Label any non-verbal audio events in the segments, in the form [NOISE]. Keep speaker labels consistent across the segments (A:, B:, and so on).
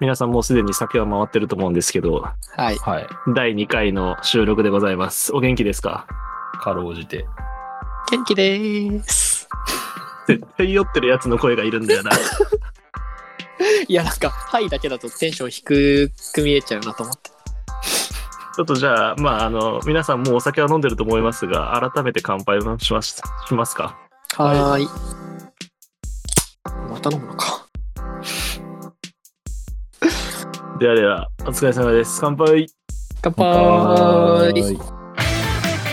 A: 皆さんもうすでに酒は回ってると思うんですけど、
B: はい。
C: はい。
A: 第2回の収録でございます。お元気ですか
C: かろうじて。
B: 元気でーす。
A: 絶対酔ってるやつの声がいるんだよな。 [LAUGHS]
B: いや、なんか、はいだけだとテンション低く見えちゃうなと思って。
A: ちょっとじゃあ、まあ、あの、皆さんもうお酒は飲んでると思いますが、改めて乾杯もしますしますか。
B: はーい。また飲むのか。
A: ではでは、お疲れ様です。乾杯。
B: 乾杯
C: はい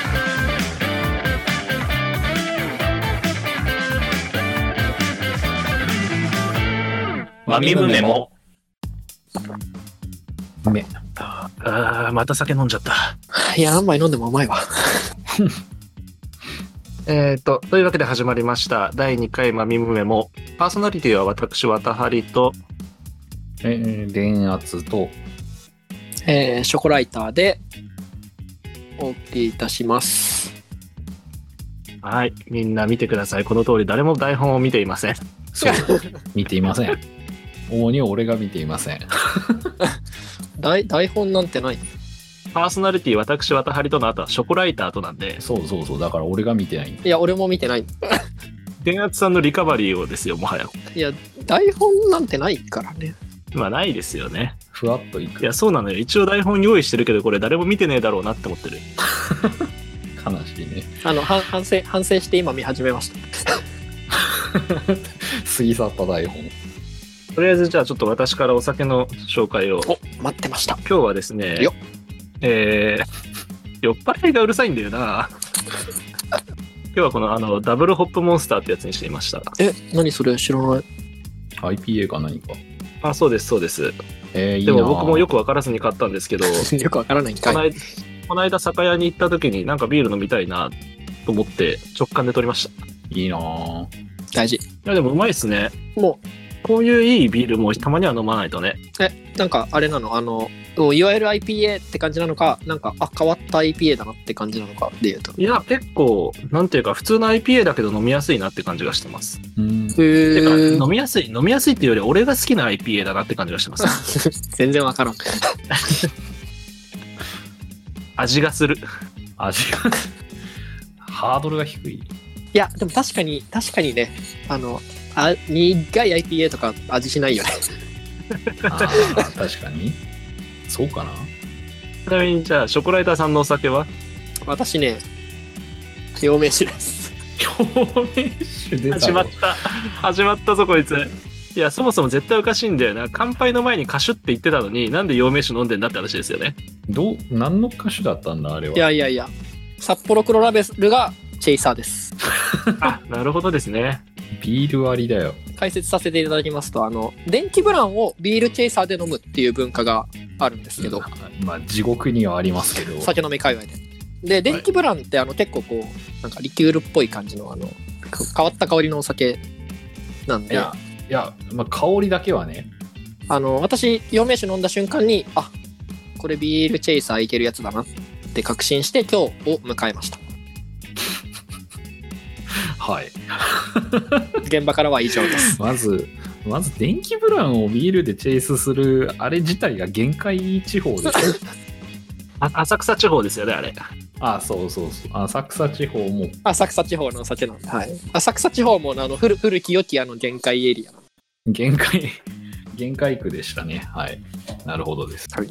C: マミムネも。め。
A: あー、また酒飲んじゃった。
B: いや、何杯飲んでもうまいわ。
A: えー、と、というわけで始まりました。第2回マミムメも、パーソナリティは私、渡張と、
C: えー、電圧と、
B: えー、ショコライターでお送りいたします。
A: はい、みんな見てください。この通り、誰も台本を見ていません。
C: そう、見ていません。 [LAUGHS] 主に俺が見ていません。
B: [LAUGHS] 台台本なんてない。
A: パーソナリティ、私、渡張との後は、ショコライターとなんで、
C: そうそうそう、だから俺が見てないんだ。
B: いや、俺も見てない。
A: 電圧さんのリカバリーをですよ、もはや。
B: いや、台本なんてないからね。
A: まあ、ないですよね。
C: ふわっといく。
A: いや、そうなのよ。一応台本用意してるけど、これ誰も見てねえだろうなって思ってる。
C: 悲しいね。
B: あの、は反省、反省して今見始めました。
C: 過ぎ去った台本。
A: とりあえず、じゃあちょっと私からお酒の紹介を。
B: [LAUGHS] お、待ってました。
A: 今日はですね
B: よっ、
A: えー酔っ払いがうるさいんだよな。今日はこのあのダブルホップモンスターってやつにしていました。
B: え、何それ知らない。
C: IPA か何か。
A: あ、そうです、そうです。
C: えー、いい
A: で
C: な
A: も僕もよく分からずに買ったんですけど、
B: よくわからないんか
A: この。
B: い
A: 間この間酒屋に行った時になんかビール飲みたいなと思って直感で取りました。い
C: いいなぁ
B: 大事。
A: や、でもうまいっすね。
B: も
A: こういういいビールもたまには飲まないとね。
B: う、なんかあれなの、あの、もういわゆる IPA って感じなのか、なんか、あ、変わった IPA だなって感じなのかで言うと。
A: いや、結構、なんていうか、普通の IPA だけど飲みやすいなって感じがしてます。
C: うん。
A: てか、
B: へ
A: 飲みやすい、飲みやすいっていうより、俺が好きな IPA だなって感じがしてます。
B: [LAUGHS] [LAUGHS] 全然わからん。
A: 味がする。
C: 味が [LAUGHS] ハードルが低い
B: いや、でも確かに、確かにね、あの、あ苦い IPA とか味しないよね。 [LAUGHS]
C: あー確かにそうかな
A: ちなみに、じゃあ、ショコライターさんのお酒は
B: 私ね、両名詞です。
C: 共鳴酒
A: [LAUGHS]
C: 出
A: 始まった。 [LAUGHS] 始まったぞ、こいつ。いや、そもそも絶対おかしいんだよな。乾杯の前にカシュって言ってたのに、なんで陽明酒飲んでんだって話ですよね。
C: どう何の歌手だったんだあれはい
B: やいやいや、札幌黒ラベルがチェイサーです。
A: あ、なるほどですね。
C: ビール割りだよ
B: 解説させていただきますと、あの、電気ブランをビールチェイサーで飲むっていう文化があるんですけど、
C: まあ地獄にはありますけど
B: 酒飲み界隈で。で、電気ブランってあの結構こう、なんかリキュールっぽい感じの、あの、か変わった香りのお酒なん
C: い
B: で、
C: や
B: あ
C: いや、まあ、香りだけはね
B: の、私、陽明酒飲んだ瞬間に、あこれビールチェイサーいけるやつだなって確信して今日を迎えました。
C: はい
B: 現場からは以上です。
C: まずまず電気ブランをビールでチェイスするあれ自体が限界地方で
A: あ浅草地方ですよね、あれ。
C: [LAUGHS] ああそうそうそうあ浅草地方も
B: [LAUGHS] 浅草地方のお酒なんで、はい、浅草地方もあの古古き良きあの限界エリアなんで
C: 限界 [LAUGHS] 限界区でしたねはいなるほどです
B: はい、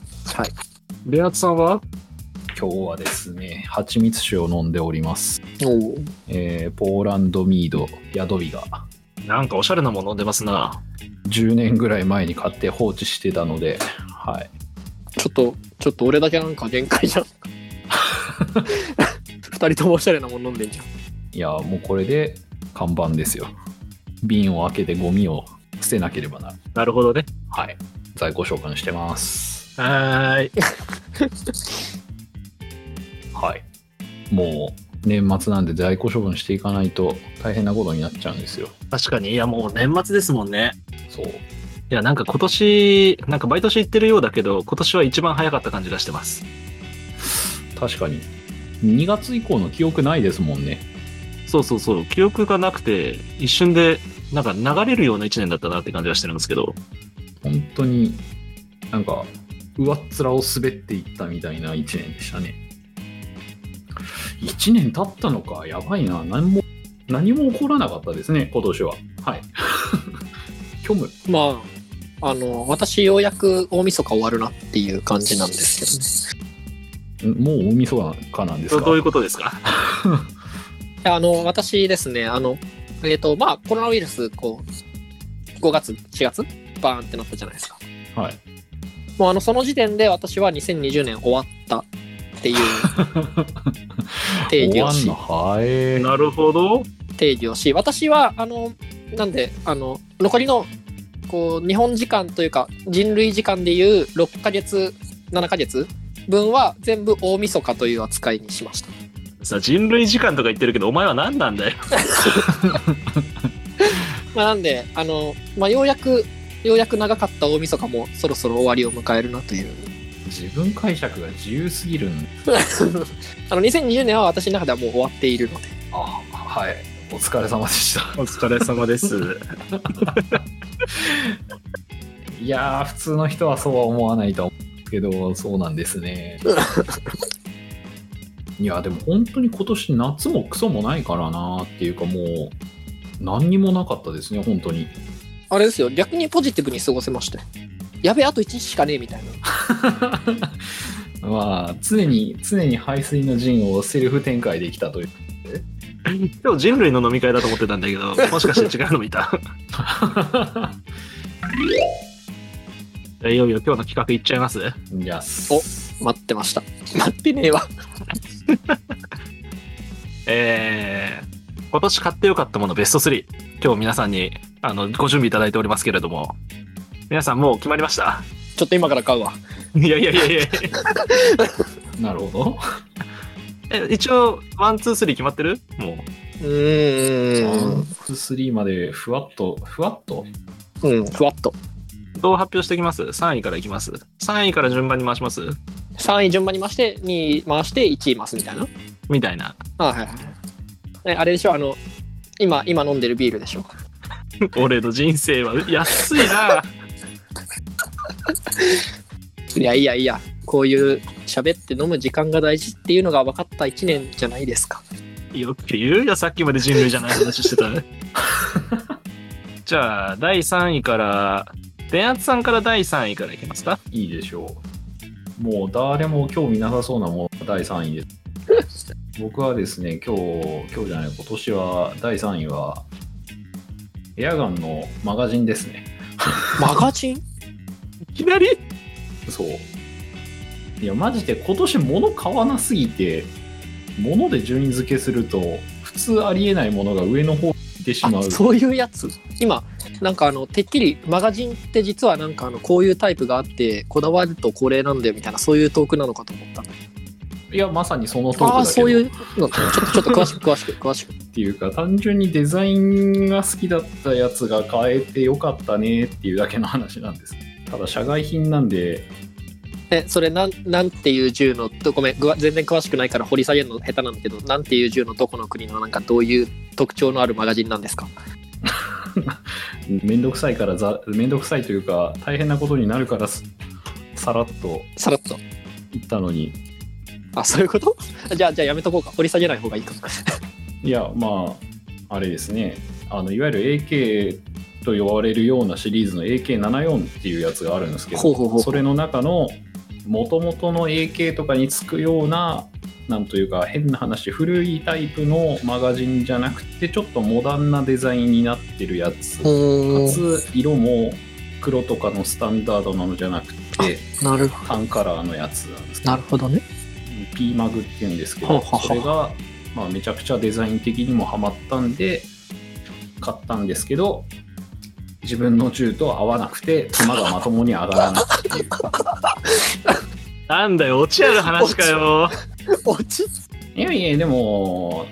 A: レアツさんは
C: 今日はですね蜂蜜酒を飲んでおります、
B: おー
C: えーポーランドミードヤドビが
A: なんかおしゃれなもの飲んでますな。
C: 10年ぐらい前に買って放置してたのではい
B: ちょっとちょっと俺だけなんか限界 [LAUGHS] じゃん二人ともおしゃれなもん飲んでんじゃん
C: いやもうこれで看板ですよ瓶を開けてゴミを捨てなければな
A: なるほどね。
C: はい在庫償還してます
A: はーい。
C: はいもう年末なんで在庫処分していかないと大変なことになっちゃうんですよ
A: 確かに。いや、もう年末ですもんね。
C: そう
A: いや、なんか今年、なんか毎年行ってるようだけど、今年は一番早かった感じがしてます。
C: 確かに2月以降の記憶ないですもんね
A: そうそうそう、記憶がなくて、一瞬で、なんか流れるような一年だったなって感じがしてるんですけど、
C: 本当になんか上っ面を滑っていったみたいな1年でしたね1年経ったのかやばいな何も何も起こらなかったですね今年ははい [LAUGHS] 虚無
B: まあ、あの、私ようやく大晦日終わるなっていう感じなんですけどね。
C: もう大晦日かなんですか
A: どういうことですか
B: いやあの、私ですね、あの、えっ、と、まあ、コロナウイルス、こう、5月、4月、バーンってなったじゃないですか。
C: はい
B: もう、あの、その時点で私は2020年終わった
C: [LAUGHS]
B: っていう定義
C: 終
B: を
C: わん
B: し
C: の、はい
A: なるほど。
B: 定義をし、私は、あの、なんで、あの、残りの、こう、日本時間というか、人類時間でいう6ヶ月、7ヶ月分は全部大晦日という扱いにしました。
A: さあ人類時間とか言ってるけどお前は何なんだよ。
B: まあ、なんで、あの、まあ、ようやく、ようやく長かった大晦日もそろそろ終わりを迎えるなという。 [LAUGHS]
C: 自分解釈が自由すぎるん
B: あの、2020年は私の中ではもう終わっているので。
C: あはいお疲れ様でした
A: お疲れ様 [LAUGHS] です。
C: いやー普通の人はそうは思わないと思うけどそうなんです [LAUGHS] ねいやでも本当に今年夏もクソもないからなーっていうかもう何にもなかったですね本当に
B: あれですよ、逆にポジティブに過ごせましたよやべえ、あと1日しかねえみたいな。
C: まあ常に常に排水の陣をセルフ展開できたという [LAUGHS]
A: 今日人類の飲み会だと思ってたんだけど、もしかして違うの見た。 [LAUGHS] じゃあいよいよ今日の企画いっちゃいます。
C: いや
B: 待ってました。待ってねえわ。
A: えー、今年買ってよかったものベスト3。今日皆さんにあのご準備いただいておりますけれども。皆さんもう決まりました
B: ちょっと今から買うわ。
A: いやいやいやいや
C: なるほど
A: え一応ワンツースリー決まってるもう
B: うーん。
C: 3までふわっとふわっと
B: うん、ふわっと。
A: どう発表していきます ?3 位からいきます。3位から順番に回します
B: 3位順番に回して、2位回して、1位回すみたいな。
A: みたいな。
B: あはいはい。え、あれでしょ、あの、今、今飲んでるビールでしょ。
A: 俺の人生は安いな。
B: いやいやいや、こういう喋って飲む時間が大事っていうのが分かった1年じゃないですか。
A: よく言うよ、さっきまで人類じゃない話してた。じゃあ、第3位から、電圧さんから第3位からいきますか。
C: いいでしょう。もう誰も興味なさそうなものが第3位です。僕はですね、今日、今日じゃない、今年は、第3位は、エアガンのマガジンですね。
B: マガジン
A: いきなり
C: そう。いや、マジで今年物買わなすぎて、物で順位付けすると、普通ありえないものが上の方に行ってしま
B: あ
C: う。
B: そういうやつ今なんかあのてっきりマガジンって実はなんかあのこういうタイプがあってこだわるとこれなんだよみたいなそういうトークなのかと思った
C: いや、まさにその通り
B: ああ
C: だ
B: ー
C: け
B: そ
C: ど
B: ういうのちょっとちょっと詳しく詳しく詳しく
C: っていうか、単純にデザインが好きだったやつが買えてよかったねっていうだけの話なんです。ただ、社外品なんで、
B: えそれなんなんていう銃のとごめんぐわ全然詳しくないから掘り下げるの下手なんだけどなんていう銃のどこの国のなんかどういう特徴のあるマガジンなんですか
C: めんどくさいからざ、めんどくさいというか、大変なことになるからす、さらっと
B: さらっと
C: 言ったのに、
B: あそういうこと [LAUGHS] じゃあじゃあやめとこうか掘り下げない方がいいか
C: いや、まあ、あれですね、あのいわゆる AK と呼ばれるようなシリーズの AK74 っていうやつがあるんですけど、
B: ほうほうほう
C: それの中の元々の AK とかにつくようななんというか変な話古いタイプのマガジンじゃなくてちょっとモダンなデザインになってるやつ、か
B: う
C: つ色も黒とかのスタンダードなのじゃなくて
B: んなる
C: タンカラーのやつなんですけど
B: なるほどね
C: P マグっていうんですけ
B: ほう
C: ど
B: ほうほう
C: それが、まあ、めちゃくちゃデザイン的にもハマったんで買ったんですけど自分の銃と合わなくて弾がまともに上が
B: [LAUGHS]
C: らないっていう。
A: なんだよ、落ちある話かよ。
B: [LAUGHS] 落ち
C: いやいや、でも、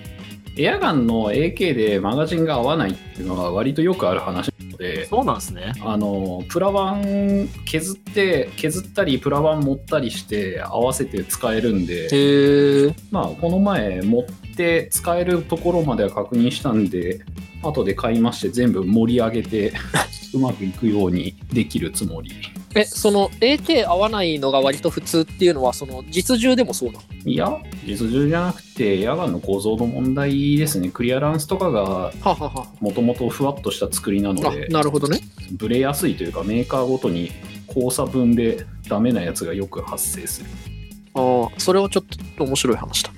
C: エアガンの AK でマガジンが合わないっていうのは割とよくある話なので、
A: そうなんですね。
C: あの、プラ版削って、削ったり、プラ版持ったりして合わせて使えるんで、
B: へえ
C: まあ、この前持って使えるところまでは確認したんで、
B: [LAUGHS]
C: 後で買いまして全部盛り上げて、うまくいくようにできるつもり。
B: え、その AK 合わないのが割と普通っていうのは、その実銃でもそうなの
C: いや、実銃じゃなくて、夜間の構造の問題ですね。クリアランスとかが、
B: はあはあは
C: もともとふわっとした作りなの
B: あ。あ
C: で、
B: なるほどね。
C: ブレやすいというか、メーカーごとに交差分でダメなやつがよく発生する。
B: ああ、それはちょっと面白い話だ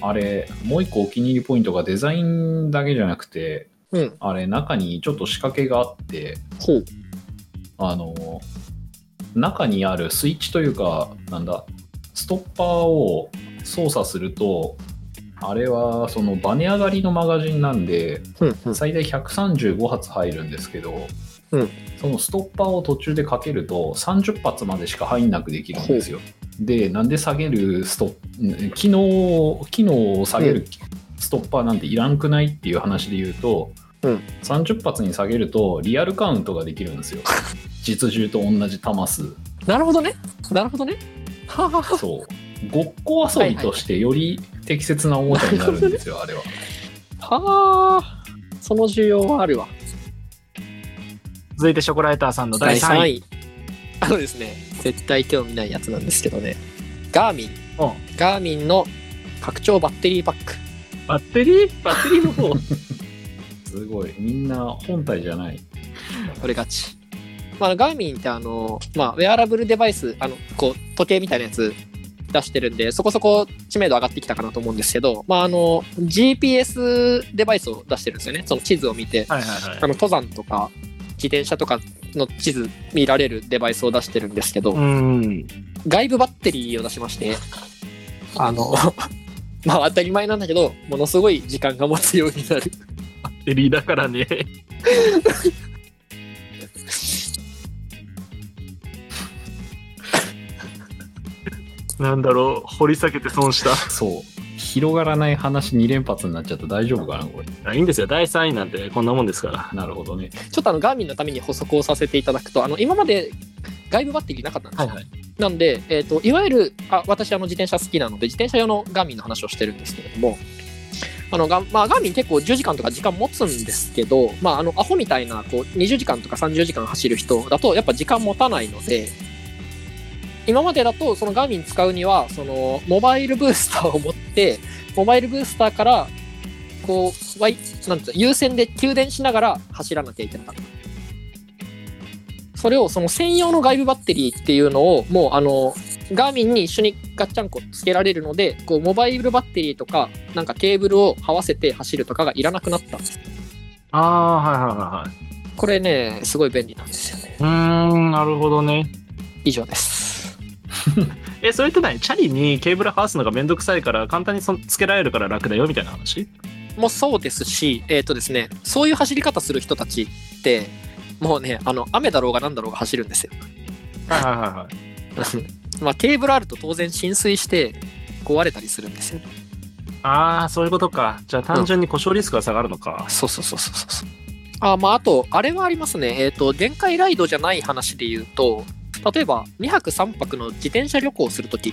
B: な。
C: あれ、もう一個お気に入りポイントがデザインだけじゃなくて、
B: うん。
C: あれ、中にちょっと仕掛けがあって、
B: ほう。
C: あの、中にあるスイッチというか、なんだ、ストッパーを操作すると、あれはそのバネ上がりのマガジンなんで、
B: うん、うん。
C: 最大135発入るんですけど、
B: うん
C: そのストッパーを途中でかけると30発までしか入んなくできるんですよ。でなんで下げるストん機能機能を下げるストッパーなんていらんくないっていう話で言うと、
B: うん
C: 30発に下げるとリアルカウントができる
B: [LAUGHS]
C: んですよ。実銃と同じ弾数。
B: なるほどね。なるほどね。はあはあはあ。
C: そうごっこ遊びとしてより適切なおもちゃになるんですよ、あれは。
B: はあ。その需要はあるわ。
A: 続いてショコライターさんの第3位。
B: 位。あのですね、絶対興味ないやつなんですけどね。ガーミン。
A: う
B: ガーミンの拡張バッテリーパック。
A: バッテリーバッテリーの方。
C: すごいみんな本体じゃない。
B: これ勝ち。まあ、ガーミンってあの、まあ、ウェアラブルデバイス、あの、こう、時計みたいなやつ出してるんで、そこそこ知名度上がってきたかなと思うんですけど、まあ、あの、GPS デバイスを出してるんですよね。その地図を見て、
A: はいはい
B: あの、登山とか、自転車とかの地図見られるデバイスを出してるんですけど、
A: うん。
B: 外部バッテリーを出しまして、あの、 [LAUGHS] まあ当たり前なんだけど、ものすごい時間が持つようになる。
A: バッテリーだからね。なんだろう、掘り下げて損した。
C: そう。広がらない話2連発になっちゃった大丈夫かなこれ。
A: あいいんですよ、第3位なんてこんなもんですから。
C: なるほどね。
B: ちょっとあの、ガーミンのために補足をさせていただくと、あの、今まで外部バッテリーなかったんですよ。
A: はい。
B: なんで、えっ、と、いわゆる、あ、私あの自転車好きなので、自転車用のガーミンの話をしてるんですけれども、あの、がまあ、ガーミン結構10時間とか時間持つんですけど、まあ、あの、アホみたいな、こう、20時間とか30時間走る人だと、やっぱ時間持たないので、今までだと、そのガーミン使うには、その、モバイルブースターを持って、モバイルブースターから、こう、ワイ、なんていうの有線で給電しながら走らなきゃいけなかった。それを、その専用の外部バッテリーっていうのを、もう、あの、ガーミンに一緒にガッチャンコつけられるので、こう、モバイルバッテリーとか、なんかケーブルを這わせて走るとかがいらなくなったんです。
A: ああ、はいはいはいはい。
B: これね、すごい便利なんですよね。
A: うーん、なるほどね。
B: 以上です。
A: え、それって何チャリにケーブルハウすのがめんどくさいから、簡単にそつけられるから楽だよみたいな話
B: もうそうですし、えっ、とですね、そういう走り方する人たちって、もうね、あの、雨だろうがなんだろうが走るんですよ。 [LAUGHS]
A: はいはいはいはい。
B: まあ、ケーブルあると当然浸水して壊れたりするんですよね。
A: ああ、そういうことか。じゃあ単純に故障リスクが下がるのか。
B: そうそうそうそうそうそう。あ、まあ、あと、あれはありますね。えっ、と、限界ライドじゃない話で言うと、例えば2泊3泊の自転車旅行をするとき、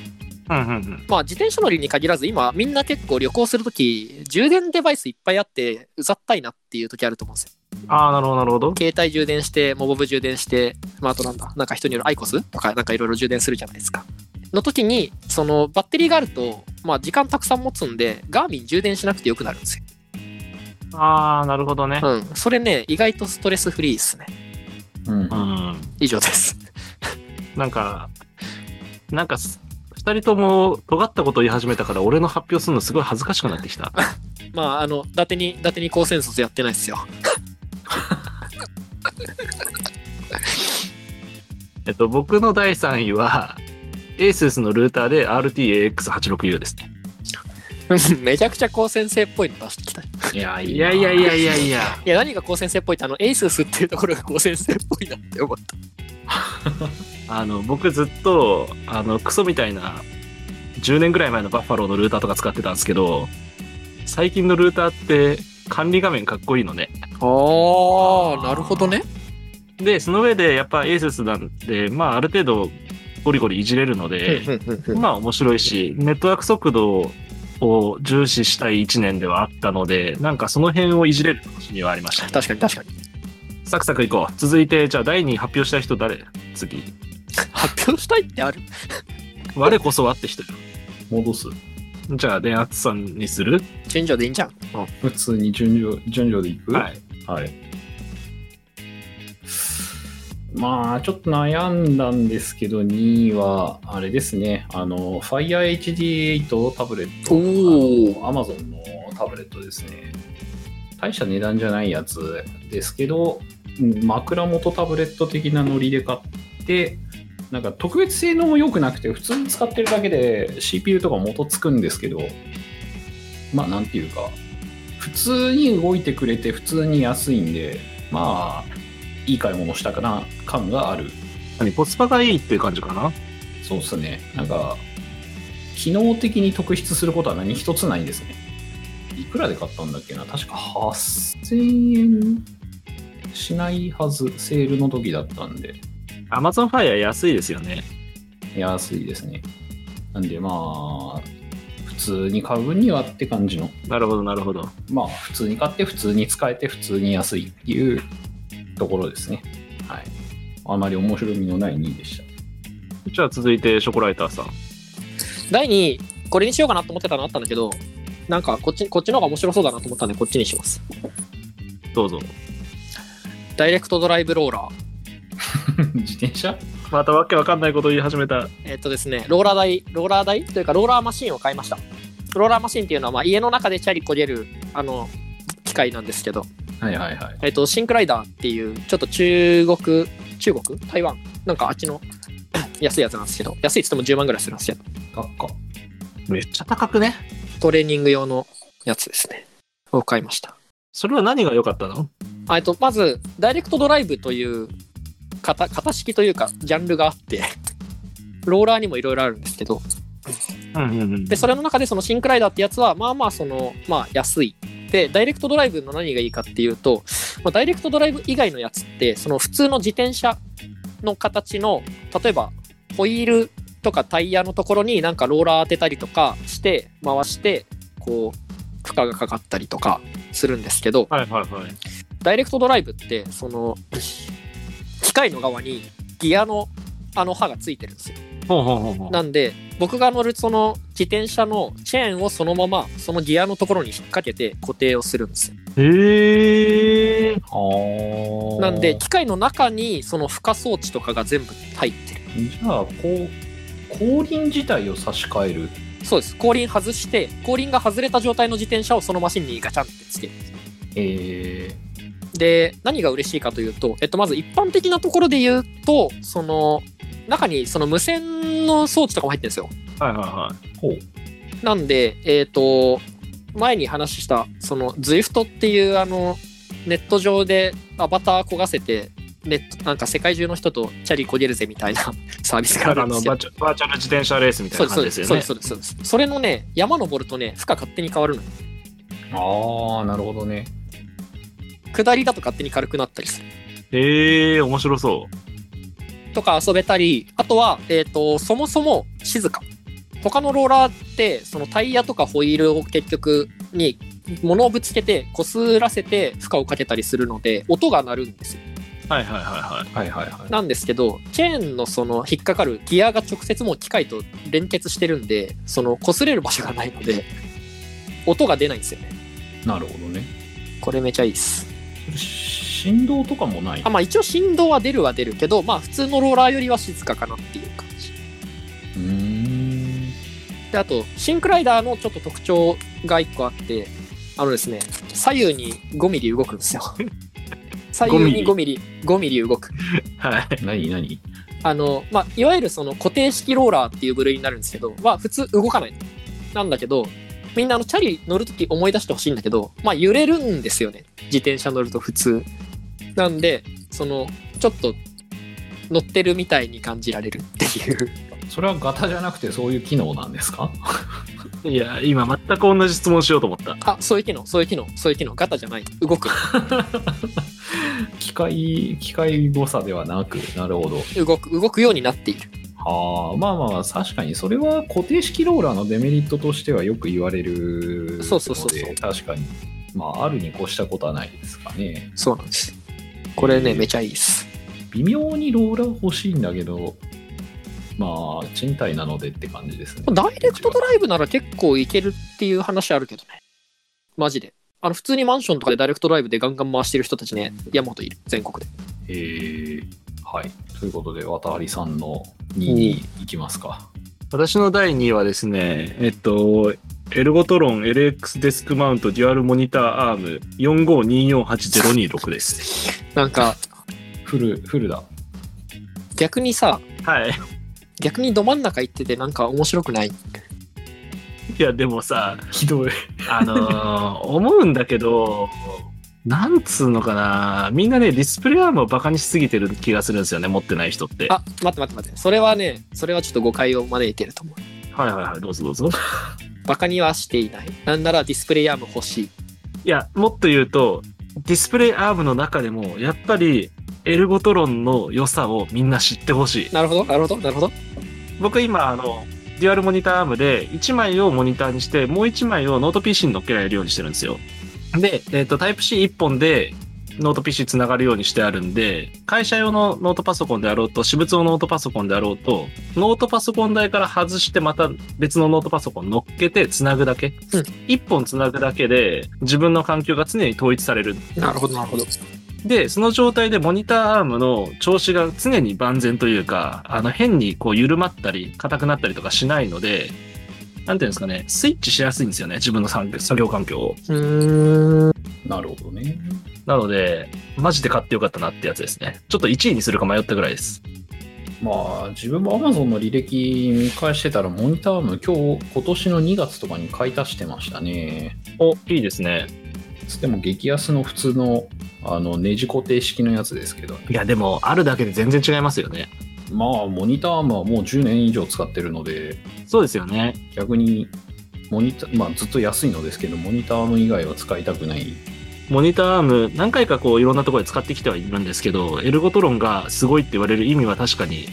A: うんうんうん。
B: まあ自転車乗りに限らず今みんな結構旅行するとき充電デバイスいっぱいあってうざったいなっていうときあると思うんですよ。
A: ああ、なるほどなるほど。
B: 携帯充電してモボブ充電して、まあ、あとなんだなんか人によるアイコスとかなんかいろいろ充電するじゃないですか。の時にそのバッテリーがあると、まあ、時間たくさん持つんでガーミン充電しなくてよくなるんですよ。
A: ああ、なるほどね。
B: うん。それね意外とストレスフリーですね。
C: うん
A: う。ん。
B: 以上です。
A: なんか、なんかす、二人とも尖ったことを言い始めたから、俺の発表するのすごい恥ずかしくなってき [LAUGHS] た。
B: まああの伊達に伊達に高専卒やってないですよ。 [LAUGHS]
A: えっと、僕の第3位は、ASUS のルーターで RTAX86U ですね。
B: めちゃくちゃ高専生っぽいの出してきた。
C: いや、
A: いやいやいやいやいや。
B: いや何が高専生っぽいってあのエイススっていうところが高専生っぽいなって思った
A: あの、僕ずっと、あの、クソみたいな、10年ぐらい前のバッファローのルーターとか使ってたんですけど、最近のルーターって管理画面かっこいいのね。
B: ああなるほどね
A: で、その上でやっぱ ASUS なんで、まあある程度ゴリゴリいじれるので、まあ面白いし、ネットワーク速度を重視したい1年ではあったので、なんかその辺をいじれる楽しみはありました。
B: 確かに確かに
A: サクサクいこう。続いて、じゃあ第2位発表したい人誰次。
B: 発表したいって [LAUGHS] ある
A: 我こそはって人よ
C: 戻す。
A: じゃあ、電圧さんにする
B: 順序でいいんじゃん。
C: 普通に順序順序でいく
A: はい。
C: はい。まあ、ちょっと悩んだんですけど、2位は、あれですね、あの、Fire HD8 タブレット、
B: おー
C: あの Amazon のタブレットですね。大した値段じゃないやつですけど、うん枕元タブレット的なノリで買って、なんか特別性能も良くなくて、普通に使ってるだけで CPU とか元つくんですけど、まあ、なんていうか、普通に動いてくれて普通に安いんでまあいい買い物したかな感がある
A: 何コスパがいいっていう感じかな
C: そうっすねなんか機能的に特筆することは何一つないですねいくらで買ったんだっけな確か8000円しないはずセールの時だったんで
A: ?Amazon Fire 安いですよね。
C: 安いですねなんでまあ普通に買う分にはって感じの
A: なるほど、なるほど。
C: まあ、普通に買って、普通に使えて、普通に安いっていうところですね。はい。あまり面白みのない2位でした。 [LAUGHS]
A: じゃあ、続いて、ショコライターさん。
B: 第2位、これにしようかなと思ってたのあったんだけど、なんかこっち、こっちの方が面白そうだなと思ったんで、こっちにします。
A: どうぞ。
B: ダイレクトドライブローラー。
C: 自転車
A: またわけわかんないこと言い始めた。
B: えっとですね、ローラー台、ローラー台というか、ローラーマシンを買いました。ローラーマシンっていうのは、まあ、家の中でチャリこげる、あの、機械なんですけど、
C: はいはいはい。
B: えっと、シンクライダーっていう、ちょっと中国、中国台湾なんかあっちの [COUGHS] 安いやつなんですけど、安いっつっても10万ぐらいするんですけど、
C: 学科。
A: めっちゃ高くね。
B: トレーニング用のやつですね、を買いました。
A: それは何が良かったの
B: あえっと、まず、ダイレクトドライブという型、型式というか、ジャンルがあって、ローラーにもいろいろあるんですけど、
A: うんうんうん
B: で、それの中でそのシンクライダーってやつは、まあまあ、その、まあ、安い。で、ダイレクトドライブの何がいいかっていうと、まあ、ダイレクトドライブ以外のやつって、その普通の自転車の形の、例えば、ホイールとかタイヤのところになんかローラー当てたりとかして、回して、こう、負荷がかかったりとかするんですけど、
A: はいはいはい。
B: ダイレクトドライブってその機械の側にギアのあの刃がついてるんですよ
A: ほうほうほうほう。
B: なんで僕が乗るその自転車のチェーンをそのままそのギアのところに引っ掛けて固定をするんですよ
A: へえ。
C: は
B: なんで機械の中にその負荷装置とかが全部入ってる
C: じゃあ、こう、後輪自体を差し替える。
B: そうです後輪外して後輪が外れた状態の自転車をそのマシンにガチャンってつける
C: え
B: で何が嬉しいかというと、えっと、まず一般的なところで言うとその中にその無線の装置とかも入ってるんですよ
A: はいはいは
C: ー、ほう。
B: なんで、えっ、と、前に話した、その、ZWIFT っていう、あの、ネット上でアバター焦がせて、ネット、なんか世界中の人とチャリこげるぜみたいな [LAUGHS] サービスがあ
A: い。
B: る
A: あ
B: んで
A: の
B: すよ
A: バー。チャバーチャル自転車レースみたいな
B: そ
A: 感
B: う
A: じで
B: ですす、
A: よ
B: そうで
A: ね
B: す、。そうです、そうです。それのね、山登るとね、負荷勝手に変わるのよ。
C: ああ、なるほどね。
B: 下りだと勝手に軽くなったりする。
A: へえ、面白そ
B: とか遊べたり、あとは、えっ、と、そもそも静か。他のローラーって、そのタイヤとかホイールを結局に、物をぶつけて、こすらせて負荷をかけたりするので、音が鳴るんですよ
A: う。はいはいはいはい。
C: はいはいはい。
B: なんですけど、チェーンのその引っかかるギアが直接もう機械と連結してるんで、その擦れる場所がないので、音が出ないんですよね。
C: なるほどね。
B: これめちゃいいっす。
C: 振動とかもない
B: あ、。まあ一応振動は出るは出るけど、まあ普通のローラーよりは静かかなっていう感じ。
C: うーん。
B: で、あと、シンクライダーのちょっと特徴が一個あって、あのですね、左右に5ミリ動くんですよ。 [LAUGHS] 左右に5ミリ、5ミリ動く。
A: はい。
C: 何何
B: あの、まあ、いわゆるその固定式ローラーっていう部類になるんですけど、まあ、普通動かない。なんだけど、みんなあの、チャリ乗るとき思い出してほしいんだけど、まあ、揺れるんですよね。自転車乗ると普通。なんで、その、ちょっと、乗ってるみたいに感じられるっていう。
C: それは型じゃなくてそういう機能なんです [LAUGHS] か
A: いや、今全く同じ質問しようと思った。
B: あ、そういう機能、そういう機能、そういう機能、ガタじゃない。動く。
C: 機械、機械誤差ではなく、なるほど。
B: 動く、動くようになっている。
C: はあ、まあまあ、確かにそれは固定式ローラーのデメリットとしてはよく言われるので、
B: そうそうそうそう
C: 確かに。まあ、あるに越したことはないですかね。
B: そうなんです。これね、めちゃいいです。
C: 微妙にローラー欲しいんだけど、まあ、賃貸なのでって感じですね。
B: ダイレクトドライブなら結構いけるっていう話あるけどね。マジで。あの、普通にマンションとかでダイレクトドライブでガンガン回してる人たちね、山本いる、全国で。
C: えーはい。ということで、渡張さんの2位に行きますか。
A: 私の第2位はですね、えっと、エルゴトロン LX デスクマウントデュアルモニターアーム4524802です。
B: なんか、
C: フル、フルだ。
B: 逆にさ、
A: はい。
B: 逆にど真ん中行っててなんか面白くない。
A: いや、でもさ、
C: ひどい。
A: あのー [LAUGHS] 思うんだけど、なんつうのかな、みんなね、ディスプレイアームをバカにしすぎてる気がするんですよね、持ってない人って。
B: あ、待って待って待って。それはね、それはちょっと誤解を招いてると思う。
A: はいはいはい、どうぞどうぞ。 [LAUGHS]
B: バカにはしていない。なんならディスプレイアーム欲しい。
A: いや、もっと言うと、ディスプレイアームの中でも、やっぱり、エルゴトロンの良さをみんな知ってほしい。
B: なるほど、なるほど、なるほど。
A: 僕今、あの、デュアルモニターアームで、1枚をモニターにして、もう1枚をノート PC に乗っけられるようにしてるんですよ。で、えっ、と、タイプ C1 本で、ノート PC つながるようにしてあるんで、会社用のノートパソコンであろうと、私物用ノートパソコンであろうと、ノートパソコン台から外してまた別のノートパソコン乗っけてつなぐだけ。
B: うん
A: 1本つなぐだけで、自分の環境が常に統一される。
B: なるほど、なるほど。
A: で、その状態でモニターアームの調子が常に万全というか、あの変にこう緩まったり、硬くなったりとかしないので、なんていうんですかね、スイッチしやすいんですよね、自分の産作業環境を。
B: うーん。
C: なるほどね。
A: なので、マジで買ってよかったなってやつですね。ちょっと1位にするか迷ったぐらいです。
C: まあ、自分も Amazon の履歴見返してたら、モニターアーム、今日、今年の2月とかに買い足してましたね。
A: お、いいですね。
C: つっても、激安の普通の、あの、ネジ固定式のやつですけど、
A: いや、でも、あるだけで全然違いますよね。
C: まあ、モニターアームはもう10年以上使ってるので、
A: そうですよね。
C: 逆にモニター、まあ、ずっと安いのですけどモニターの以外は使いたくない
A: モニターアーム、何回かこう、いろんなところで使ってきてはいるんですけど、エルゴトロンがすごいって言われる意味は確かに。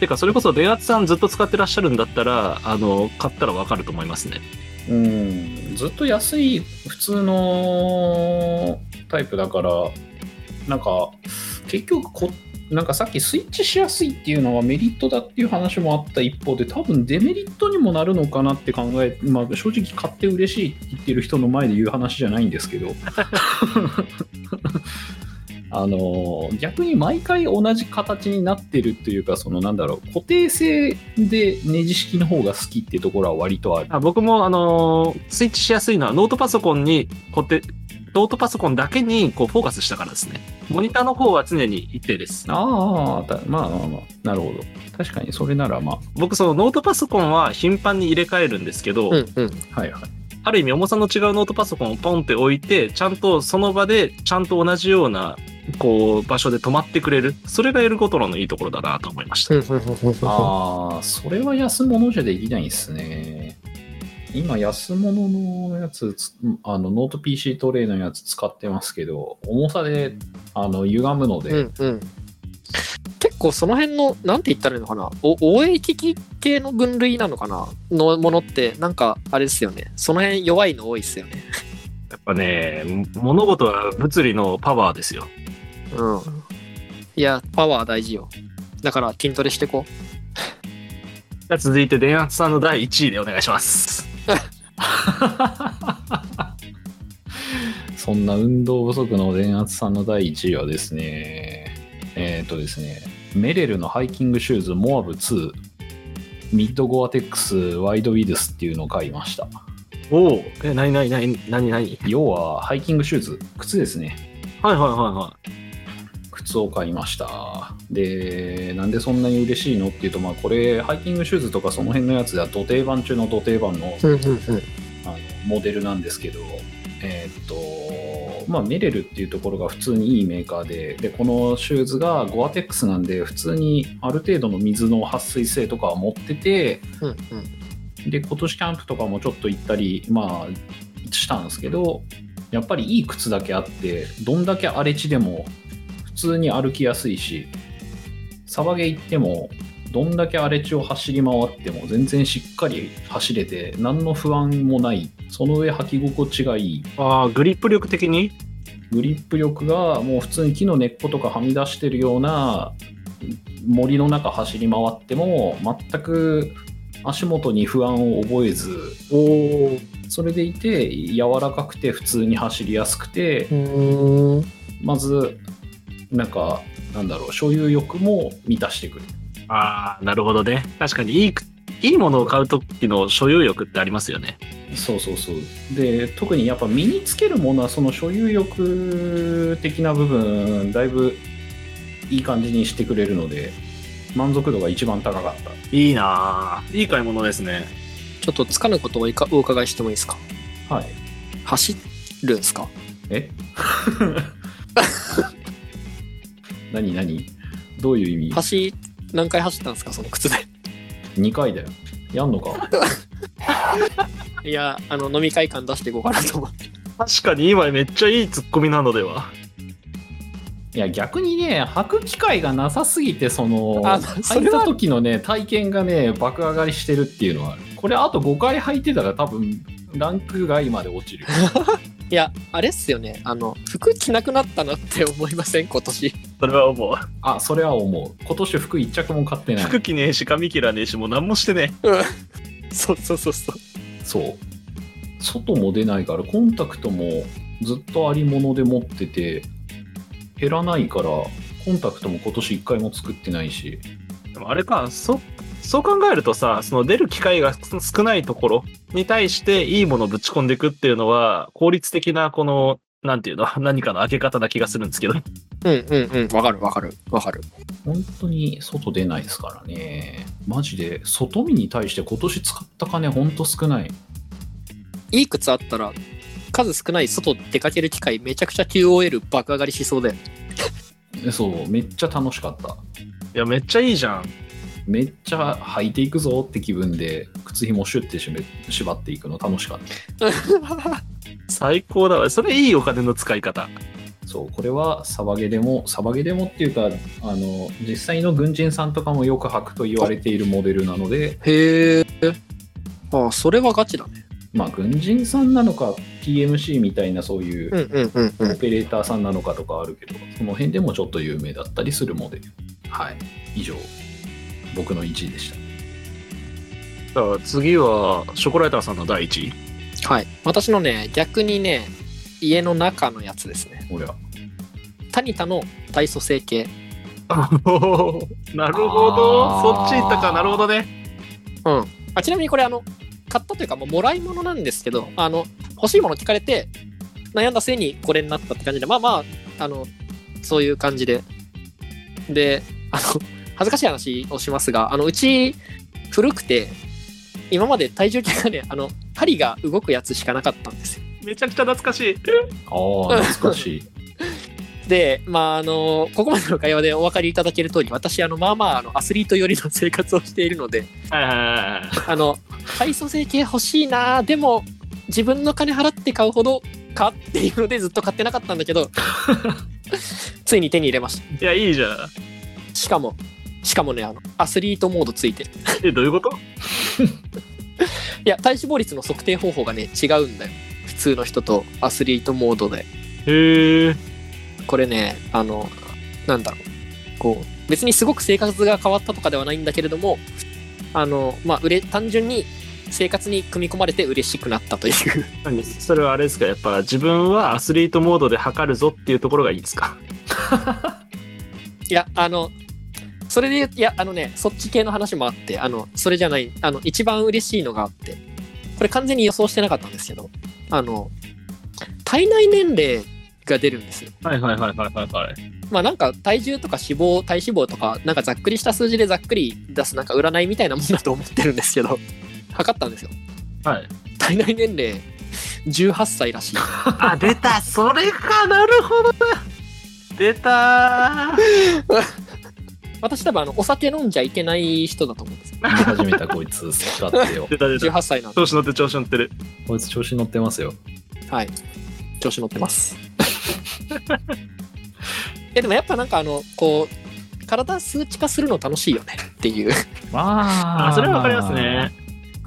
A: てか、それこそ、電圧さんずっと使ってらっしゃるんだったら、あの、買ったらわかると思いますね。
C: うんずっと安い普通のタイプだからなんか結局こなんかさっきスイッチしやすいっていうのはメリットだっていう話もあった一方で多分デメリットにもなるのかなって考え、まあ、正直買って嬉しいって言ってる人の前で言う話じゃないんですけどあの逆に毎回同じ形になってるというかそのなんだろう固定性でネジ式の方が好きっていうところは割とある。
A: あ僕も、あのースイッチしやすいのは、ノートパソコンに、こうやって、ノートパソコンだけに、こう、フォーカスしたからですね。モニターの方は常に一定です。
C: ああ、たまあまあまあ、なるほど。確かに、それならま
A: 僕、その、ノートパソコンは頻繁に入れ替えるんですけど、
B: うんうん。
C: あ、はいはい。
A: ある意味重さの違うノートパソコンをポンって置いて、ちゃんとその場で、ちゃんと同じような、こう、場所で止まってくれる。それがエルゴトロンのいいところだなと思いました。
B: あ
C: ああ、それは安物じゃできないんですね。今、安物のやつつ、あの、ノート PC トレイのやつ使ってますけど、重さで、あの、歪むので、
B: うんうん、結構その辺のなんて言ったらいいのかなお応援機器系の分類なのかなのものってなんかあれですよねその辺弱いの多いですよね
A: やっぱね、物事は物理のパワーですよ。
B: うんいやパワー大事よだから筋トレしてこ
A: じゃあ続いて、電圧さんの第1位でお願いします。
C: そんな運動不足の電圧さんの第1位はですね、えっ、とですね、メレルのハイキングシューズモアブ2、ミッドゴアテックスワイドウィドスっていうのを買いました。
A: おお。え、なになになになになに
C: 要はハイキングシューズ靴ですね
A: はいはいはいはい。
C: 靴を買いましたでなんでそんなに嬉しいのっていうとまあこれハイキングシューズとかその辺のやつでは土定番中の土定番の
B: う、うんうんうん、
C: あのモデルなんですけどえーっとまあメレルっていうところが普通にいいメーカーででこのシューズがゴアテックスなんで普通にある程度の水の撥水性とかは持ってて
B: うん
C: で今年キャンプとかもちょっと行ったりまあしたんですけどやっぱりいい靴だけあってどんだけ荒れ地でも普通に歩きやすいしサバゲ行ってもどんだけ荒れ地を走り回っても全然しっかり走れて何の不安もないその上履き心地がいい
A: ああ、グリップ力的に
C: グリップ力がもう普通に木の根っことかはみ出してるような森の中走り回っても全く足元に不安を覚えず
B: おお
C: それでいて柔らかくて普通に走りやすくて
B: うん
C: まずなんかなんだろう所有欲も満たしてくる
A: ああ、なるほどね。確かにいい、いいものを買う時の所有欲ってありますよね。
C: そうそうそうで特にやっぱ身につけるものはその所有欲的な部分だいぶいい感じにしてくれるので満足度が一番高かった
A: いいなあいい買い物ですね。
B: ちょっとつかぬことをいかお伺いしてもいいですか
C: はい。
B: 走るんすか
C: え [LAUGHS] 何何どういう意味
B: 走何回走ったんですかその靴で [LAUGHS]
C: ?2 回だよ。やんのか
B: いやあの飲み会感出していこうかなと思って
A: 確かに今めっちゃいいツッコミなのでは。
C: いや、逆にね、履く機会がなさすぎて、その、
B: あそ
C: 履
B: れ
C: い
B: は
C: た時のね、体験がね、爆上がりしてるっていうのはある。これ、あと5回履いてたら多分、ランク外まで落ちる。
B: いやあれっすよねあの服着なくなったなって思いません今年
A: それは思う。
C: あ、それは思う。今年服1着も買ってない。
A: 服着ねえし、髪切らねえし、もう何もしてね
B: そうそうそうそう
C: そう。外も出ないから、コンタクトもずっとありもので持ってて、減らないから、コンタクトも今年1回も作ってないし、
A: え。でもあれか、そ、そう考えるとさ、その出る機会が少ないところに対していいものをぶち込んでいくっていうのは、効率的なこの、なんていうの、 [LAUGHS] 何かの開け方な気がするんですけど。
B: うんうんうんわかるわかるわかる
C: 本当に外出ないですからね。マジで、外見に対して今年使った金ほんと少ない。
B: いい靴あったら数少ない外出かける機会めちゃくちゃ QOL 爆上がりしそうだ [LAUGHS] よね
C: そう、めっちゃ楽しかった。
A: いや、めっちゃいいじゃん。
C: めっちゃ履いていくぞって気分で、靴紐シュッてしめ縛っていくの楽しかった。
A: 最高だわ。それいいお金の使い方。
C: そうこれはサバゲでもサバゲでもっていうかあの実際の軍人さんとかもよく履くと言われているモデルなので
B: へえああそれはガチだね
C: まあ軍人さんなのか PMC みたいなそういううん
B: うんうんう
C: オペレーターさんなのかとかあるけどその辺でもちょっと有名だったりするモデルはい以上僕の1位でした
A: じゃあ次は、ショコライターさんの第一位。 [LAUGHS]
B: はい私のね逆にね家の中のやつですね
C: 俺は
B: タニタの体組成系
A: あのなるほ
C: あ
A: ど。そ
C: ー
A: っち行ったか、なるほどね。
B: うんあちなみにこれあの買ったというかもうもらい物なんですけどあの欲しいもの聞かれて悩んだ末にこれになったって感じでまあまああのそういう感じでであの [LAUGHS] 恥ずかしい話をしますがあのうち古くて今まで体重計がねあの針が動くやつしかなかったんですよ
A: めちゃくちゃ懐かしい。
C: ああ懐かしい
B: で、まあ、あの、ここまでの会話でお分かりいただける通り、私、あの、まあまあ、あの、アスリート寄りの生活をしているので、
A: はいはいはいはい。
B: あの、体組成系欲しいなでも、自分の金払って買うほどかっていうので、ずっと買ってなかったんだけど、ついに手に入れまし
A: いや、いいじゃん。
B: た。しかも、しかもね、あの、アスリートモードついてる。
A: え、どういうこと
B: いや、体脂肪率の測定方法がね、違うんだよ。普通の人とアスリートモードで。
A: へえ。
B: これねあのなんだろうこう別にすごく生活が変わったとかではないんだけれどもあのまあうれ単純に生活に組み込まれて嬉しくなったという
A: 何それはあれですかやっぱ自分はアスリートモードで測るぞっていうところがいいですか
B: いやあのそれで言ういやあのねそっち系の話もあってあのそれじゃないあの一番嬉しいのがあってこれ完全に予想してなかったんですけどあの体内年齢が出るんですよ
A: はいはいはいはいはいはい。
B: まあなんか体重とか脂肪体脂肪とかなんかざっくりした数字でざっくり出すなんか占いみたいなもんだと思ってるんですけど測ったんですよ
A: はい、
B: 体内年齢18歳らしい
A: あ、出たそれかなるほど出た
B: 私多分あのお酒飲んじゃいけない人だと思うんですよ
C: 見始めたこいつ使って
A: [LAUGHS]
C: よ
A: 出た出た。
B: 18歳なんで
A: 調子乗って調子乗ってる。
C: こいつ調子乗ってますよ
B: はい調子乗ってます [LAUGHS] いやでもやっぱなんかあのこう体数値化するの楽しいよねっていう、
C: あ
A: あ、それはわかりますね。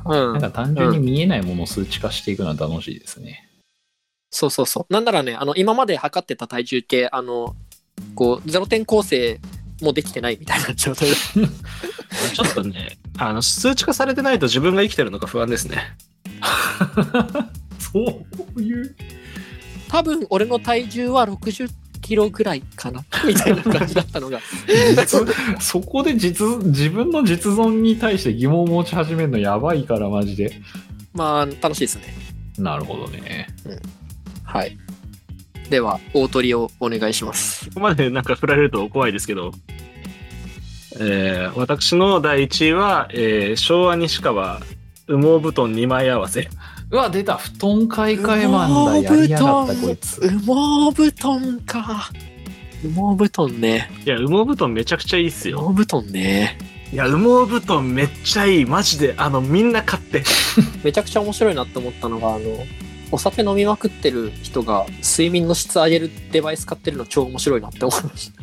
B: うん
C: なんか単純に見えないものを数値化していくのは楽しいですね。
B: そうそうそう。なんならね、あの、今まで測ってた体重計、あの、こう、ゼロ点構成もできてないみたいな状態で。 [LAUGHS]
A: ちょっとね、あの、数値化されてないと自分が生きてるのか不安ですね。
C: そういう。
B: 多分、俺の体重は60キロぐらいかな、みたいな感じだったのが。
C: [LAUGHS] そこで実、自分の実存に対して疑問を持ち始めるのやばいから、マジで。
B: [LAUGHS] まあ、楽しいですね。
C: なるほどね。
B: はい。では、大取りをお願いします。
A: ここまでなんか振られると怖いですけど、えー私の第1位は、えー昭和西川羽毛布団2枚合わせ。
C: うわ、出た。布団買い替えマンだ。やりやがった、こいつ。
B: 羽毛布団か。羽毛布団ね。
A: いや、羽毛布団めちゃくちゃいいっすよ。
B: 羽毛布団ね。
A: いや、羽毛布団めっちゃいい。マジで、あの、みんな買って。
B: めちゃくちゃ面白いなって思ったのが、あの、お酒飲みまくってる人が睡眠の質上げるデバイス買ってるの超面白いなって思いました。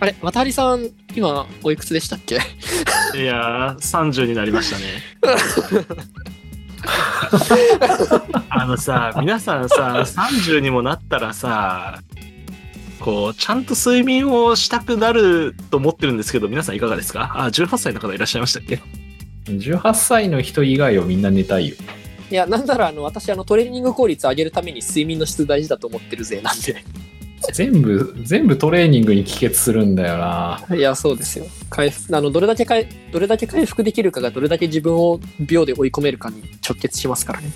B: あれ、渡りさん、今、おいくつでしたっけ
A: [LAUGHS] いやー、30になりました [LAUGHS] ね。あのさ、皆さんさ、30にもなったらさ、こう、ちゃんと睡眠をしたくなると思ってるんですけど、皆さんいかがですかあ、18歳の方いらっしゃいましたっけ
C: 18歳の人以外をみんな寝たいよ。
B: いや、なんなら、あの、私、あの、トレーニング効率上げるために睡眠の質大事だと思ってるぜ、なんで。
C: 全部、全部トレーニングに帰結するんだよな。
B: いや、そうですよ。回復、あの、どれだけ回、どれだけ回復できるかが、どれだけ自分を秒で追い込めるかに直結しますからね。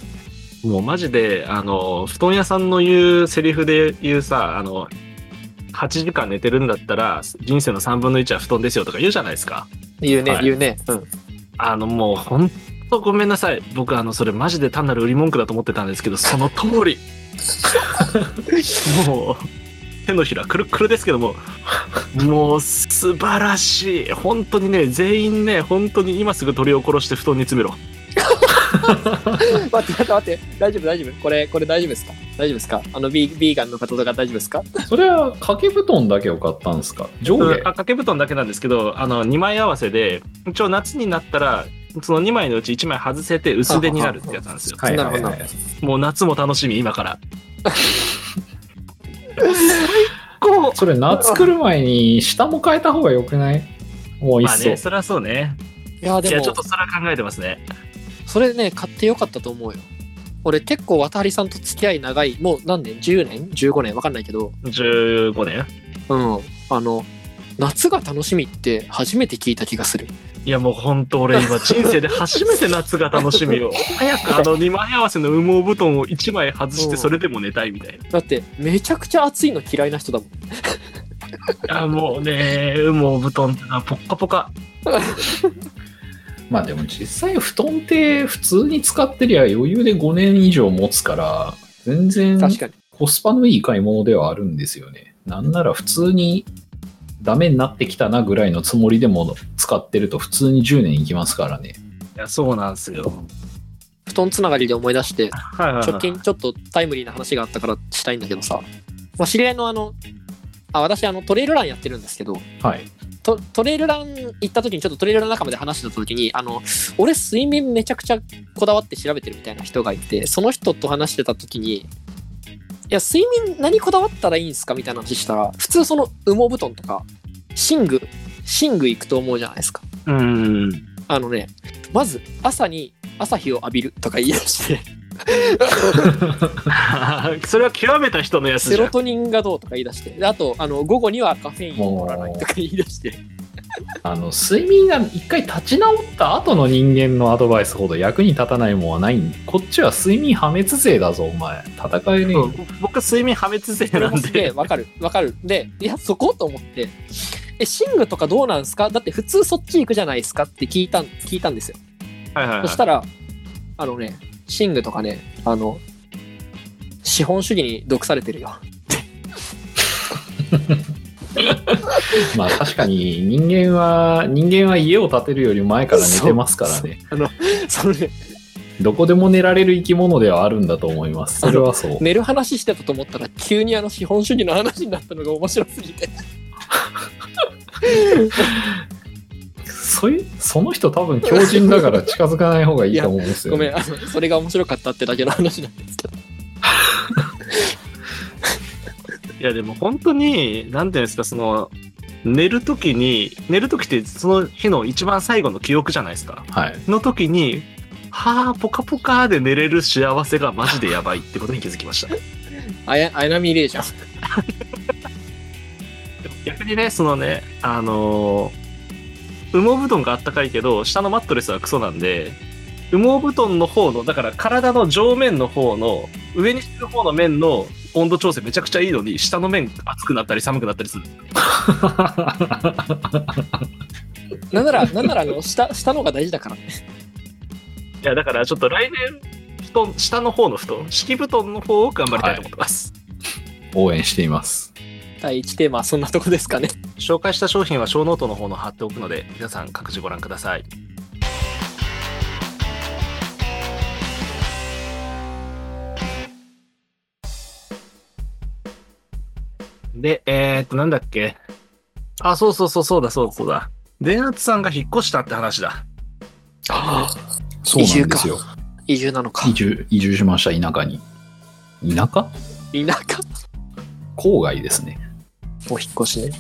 A: もうマジで、あの、布団屋さんの言うセリフで言うさ、あの、8時間寝てるんだったら、人生の3分の1は布団ですよとか言うじゃないですか。
B: 言うね、
C: はい
B: 言うね。うん。
A: あの、もうほんとごめんなさい。僕、あの、それマジで単なる売り文句だと思ってたんですけど、その通り。 [LAUGHS] もう、手のひらくるっくるですけども、もう素晴らしい。本当にね、全員ね、本当に今すぐ鳥を殺して布団に詰めろ。
B: [LAUGHS] 待って、待って、待って。大丈夫、大丈夫。これ、これ大丈夫ですか大丈夫ですかあの、ビービーガンの方とか大丈夫ですか
C: それは掛け布団だけを買ったんですか上
A: うんあ
C: 下
A: 掛け布団だけなんですけどあの2枚合わせで一応夏になったらその2枚のうち1枚外せて薄手になるってやつなんですよ
C: はいはい
B: なるほど
C: はい。
A: もう夏も楽しみ今から最高
C: それ夏来る前に下も変えた方が良くないもういっ
A: まあ
C: そ
A: ね。それはそうね
B: いや、
A: い
B: で
A: や
B: も
A: ちょっ、とそれは考えてますね
B: それね、買ってよかったと思うよ。俺、結構、渡りさんと付き合い長い、もう何年 ?10 年 ?15 年わかんないけど、
A: 15年
B: うん。あの、夏が楽しみって初めて聞いた気がする。
A: いやもう本当俺今人生で初めて夏が楽しみ [LAUGHS] を
B: 早く
A: あの2枚合わせの羽毛布団を1枚外し
B: う
A: て
B: ん
A: それでも寝たいみたいな
B: だって、めちゃくちゃ暑いの嫌いな人だもん。
A: あもうね羽毛布団ってのはポッカポカ
C: まあでも実際布団って普通に使ってりゃ余裕で5年以上持つから、全然
B: 確かに。
C: コスパのいい買い物ではあるんですよね。なんなら普通にダメになってきたなぐらいのつもりでも使ってると普通に10年いきますからね。
A: いやそうなんですよ
B: 布団つながりで思い出して、
A: はいはいはい
B: 直近ちょっとタイムリーな話があったからしたいんだけどさ、まあ、知り合いのあの、あ、私あのトレイルランやってるんですけど、
C: はい。
B: トトレイルラン行った時にちょっとトレイルラン仲間で話してた時に、あの、俺睡眠めちゃくちゃこだわって調べてるみたいな人がいて、その人と話してた時に、いや、睡眠何こだわったらいいんすかみたいな話したら、普通その羽毛布団とか、寝具、寝具行くと思うじゃないですか。
A: うん。 [LAUGHS]
B: あのね、まず朝に朝日を浴びるとか言い出して、
A: それは極めた人のやつ
B: セ
A: じゃ
B: ロ
A: ん。
B: トニンがどうとか言い出して、であと、あの午後にはカフェインを取らないとか言い出して、
C: あの、睡眠が一回立ち直った後の人間のアドバイスほど役に立たないもんはないんで、こっちは睡眠破滅勢だぞ、お前。戦えねえ
A: う
C: よ
A: ん。僕は睡眠破滅性
B: そ
A: [LAUGHS]
B: れ
A: な
B: も
A: ん
B: すげえ
A: で。
B: わかる、わかる。で、いや、そこと思って、え、寝具とかどうなんすかだって普通そっち行くじゃないですかって聞いたん、聞いたんですよ。
A: はいはいは
B: そ
A: い
B: したら、あのね、寝具とかね、あの、資本主義に毒されてるよ。 [LAUGHS]
C: まあ確かに人間は、人間は家を建てるより前から寝てますからね。
B: そのね、
C: どこでも寝られる生き物ではあるんだと思います。それはそう。
B: 寝る話してたと思ったら、急にあの資本主義の話になったのが面白すぎて。
C: そういう、その人多分強靭だから近づかない方がいいと思うんですよ、
B: ごめ
C: ね。
B: ん、あのそれが面白かったってだけの話なんですけど。
A: やでも本当に、なんていうんですか、その、寝るときに、寝るときってその日の一番最後の記憶じゃないですか。
C: はい。
A: の時に、はあ、ポカポカで寝れる幸せがマジでやばいってことに気づきました。
B: あや、あやなみれいじゃん。
A: 逆にね、そのね、あのー羽毛布団があったかいけど、下のマットレスはクソなんで、羽毛布団の方の、だから体の上面の方の、上にしてる方の面の温度調整めちゃくちゃいいのに、下の面熱くなったり寒くなったりする。
C: [LAUGHS]
B: なんなら、なんなら、あの、下、下の方が大事だから。
A: いや、だからちょっと来年、布団、下の方の布団、敷布団の方を頑張りたいと思ってます。
C: 応援しています。
B: 第1テーマはそんなとこですかね。
A: 紹介した商品は小ノートの方の貼っておくので、皆さん各自ご覧ください。で、えー、っと、なんだっけ。あ、そうそうそう、そうだ、そうだ、そうだ。電圧さんが引っ越したって話だ。
C: そうなんですよ。
B: 移住なのか
C: 移。住、移住しました、田舎に。田舎
B: 田舎
C: 郊外ですね。
B: お引っ越しね。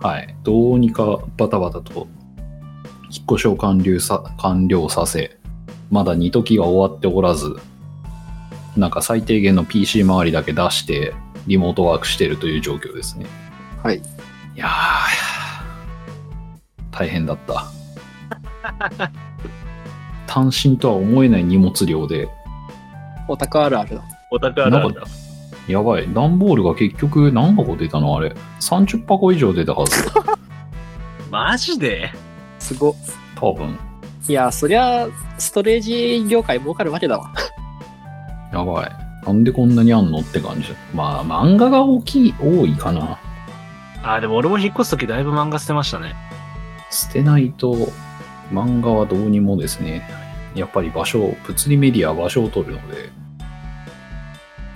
C: はい。どうにかバタバタと、引っ越しを完了さ、完了させ、まだ2時が終わっておらず、なんか最低限の PC 周りだけ出して、リモートワークしてるという状況ですね。
B: はい
C: いやー、大変だった。 [LAUGHS] 単身とは思えない荷物量で、
B: オタクあるあるだ。
A: オタクあるあるだ。
C: やばい、段ボールが結局何箱出たのあれ。30箱以上出たはず。
A: マジです
B: ご。
C: 多分。
B: いや、そりゃ、ストレージ業界儲かるわけだわ。
C: やばい。なんでこんなにあんのって感じ。まあ、漫画が大きい、多いかな。
A: あー、でも俺も引っ越すときだいぶ漫画捨てましたね。
C: 捨てないと、漫画はどうにもですね。やっぱり場所、物理メディアは場所を取るので。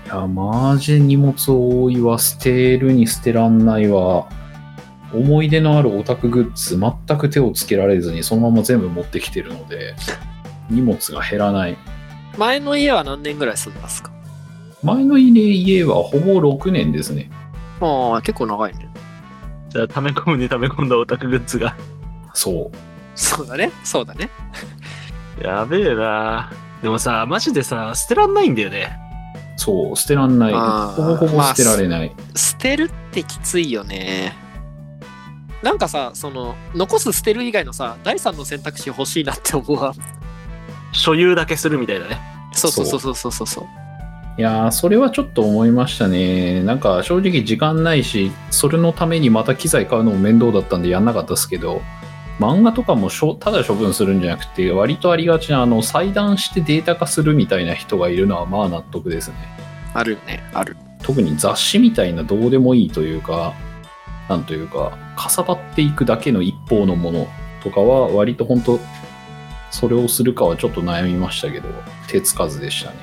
C: いや、マジ荷物多いわ。捨てるに捨てらんないわ。思い出のあるオタクグッズ、全く手をつけられずに、そのまま全部持ってきてるので、荷物が減らない。
B: 前の家は何年ぐらい住んでますか
C: 前の家はほぼ6年ですね。
B: ああ、結構長いね。
A: じゃあ、溜め込むに溜め込んだオタクグッズが。
C: そう。
B: そうだね。そうだね。
A: [LAUGHS] やべえなでもさ、マジでさ、捨てらんないんだよね。
C: そう、捨てらんない。
B: あー
C: ほぼほぼ捨てられない。
B: 捨てるってきついよね。なんかさ、その、残す捨てる以外のさ、第三の選択肢欲しいなって思うわ。
A: 所有だけするみたいだね。
B: そうそうそうそうそうそうそう。
C: いやー、それはちょっと思いましたね。なんか正直時間ないし、それのためにまた機材買うのも面倒だったんでやんなかったですけど、漫画とかもしょただ処分するんじゃなくて、割とありがちな、あの、裁断してデータ化するみたいな人がいるのは、まあ納得ですね。
B: あるよね。ある。
C: 特に雑誌みたいなどうでもいいというか、なんというか、かさばっていくだけの一方のものとかは、割と本当、それをするかはちょっと悩みましたけど、手つかずでしたね。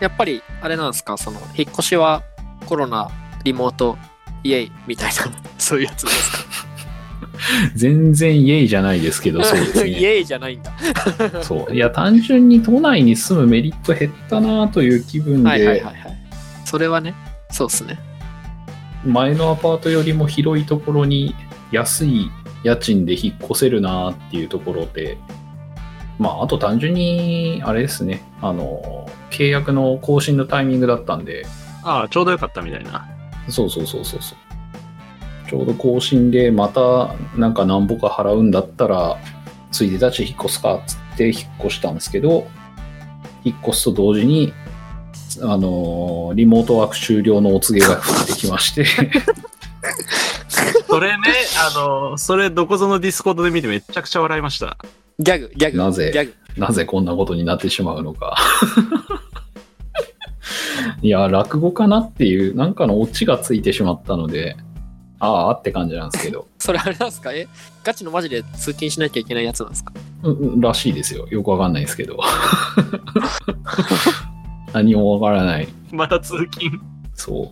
B: やっぱり、あれなんですか、その、引っ越しはコロナ、リモート、イエイみたいな、 [LAUGHS] そういうやつですか。
C: 全然イエイじゃないですけど、そうです
B: イ
C: ね。
B: エイじゃ [LAUGHS] ないんだ。
C: そう。いや、単純に都内に住むメリット減ったなという気分で、
B: はいはいはいはい。それはね、そうっすね。
C: 前のアパートよりも広いところに安い家賃で引っ越せるなっていうところで、まあ、あと単純に、あれですね、あの、契約の更新のタイミングだったんで、
A: ああ、ちょうどよかったみたいな。
C: そうそうそうそうそう。ちょうど更新で、また、なんか何ぼか払うんだったら、ついでたち引っ越すかっつって引っ越したんですけど、引っ越すと同時に、あのリモートワーク終了のお告げが降ってきまして、
A: それね、あの、それどこぞのディスコードで見てめちゃくちゃ笑いました。
B: ギャグ、ギャグ。
C: なぜ
B: ギャグ。
C: なぜこんなことになってしまうのか。 [LAUGHS] いや、落語かなっていう、なんかのオチがついてしまったので、ああって感じなんですけど、
B: それあれなんですかえ、ガチのマジで通勤しなきゃいけないやつなんですか
C: うんうんらしいですよ。よくわかんないですけど。 [LAUGHS] 何もわからない。
A: また通勤。
C: そう。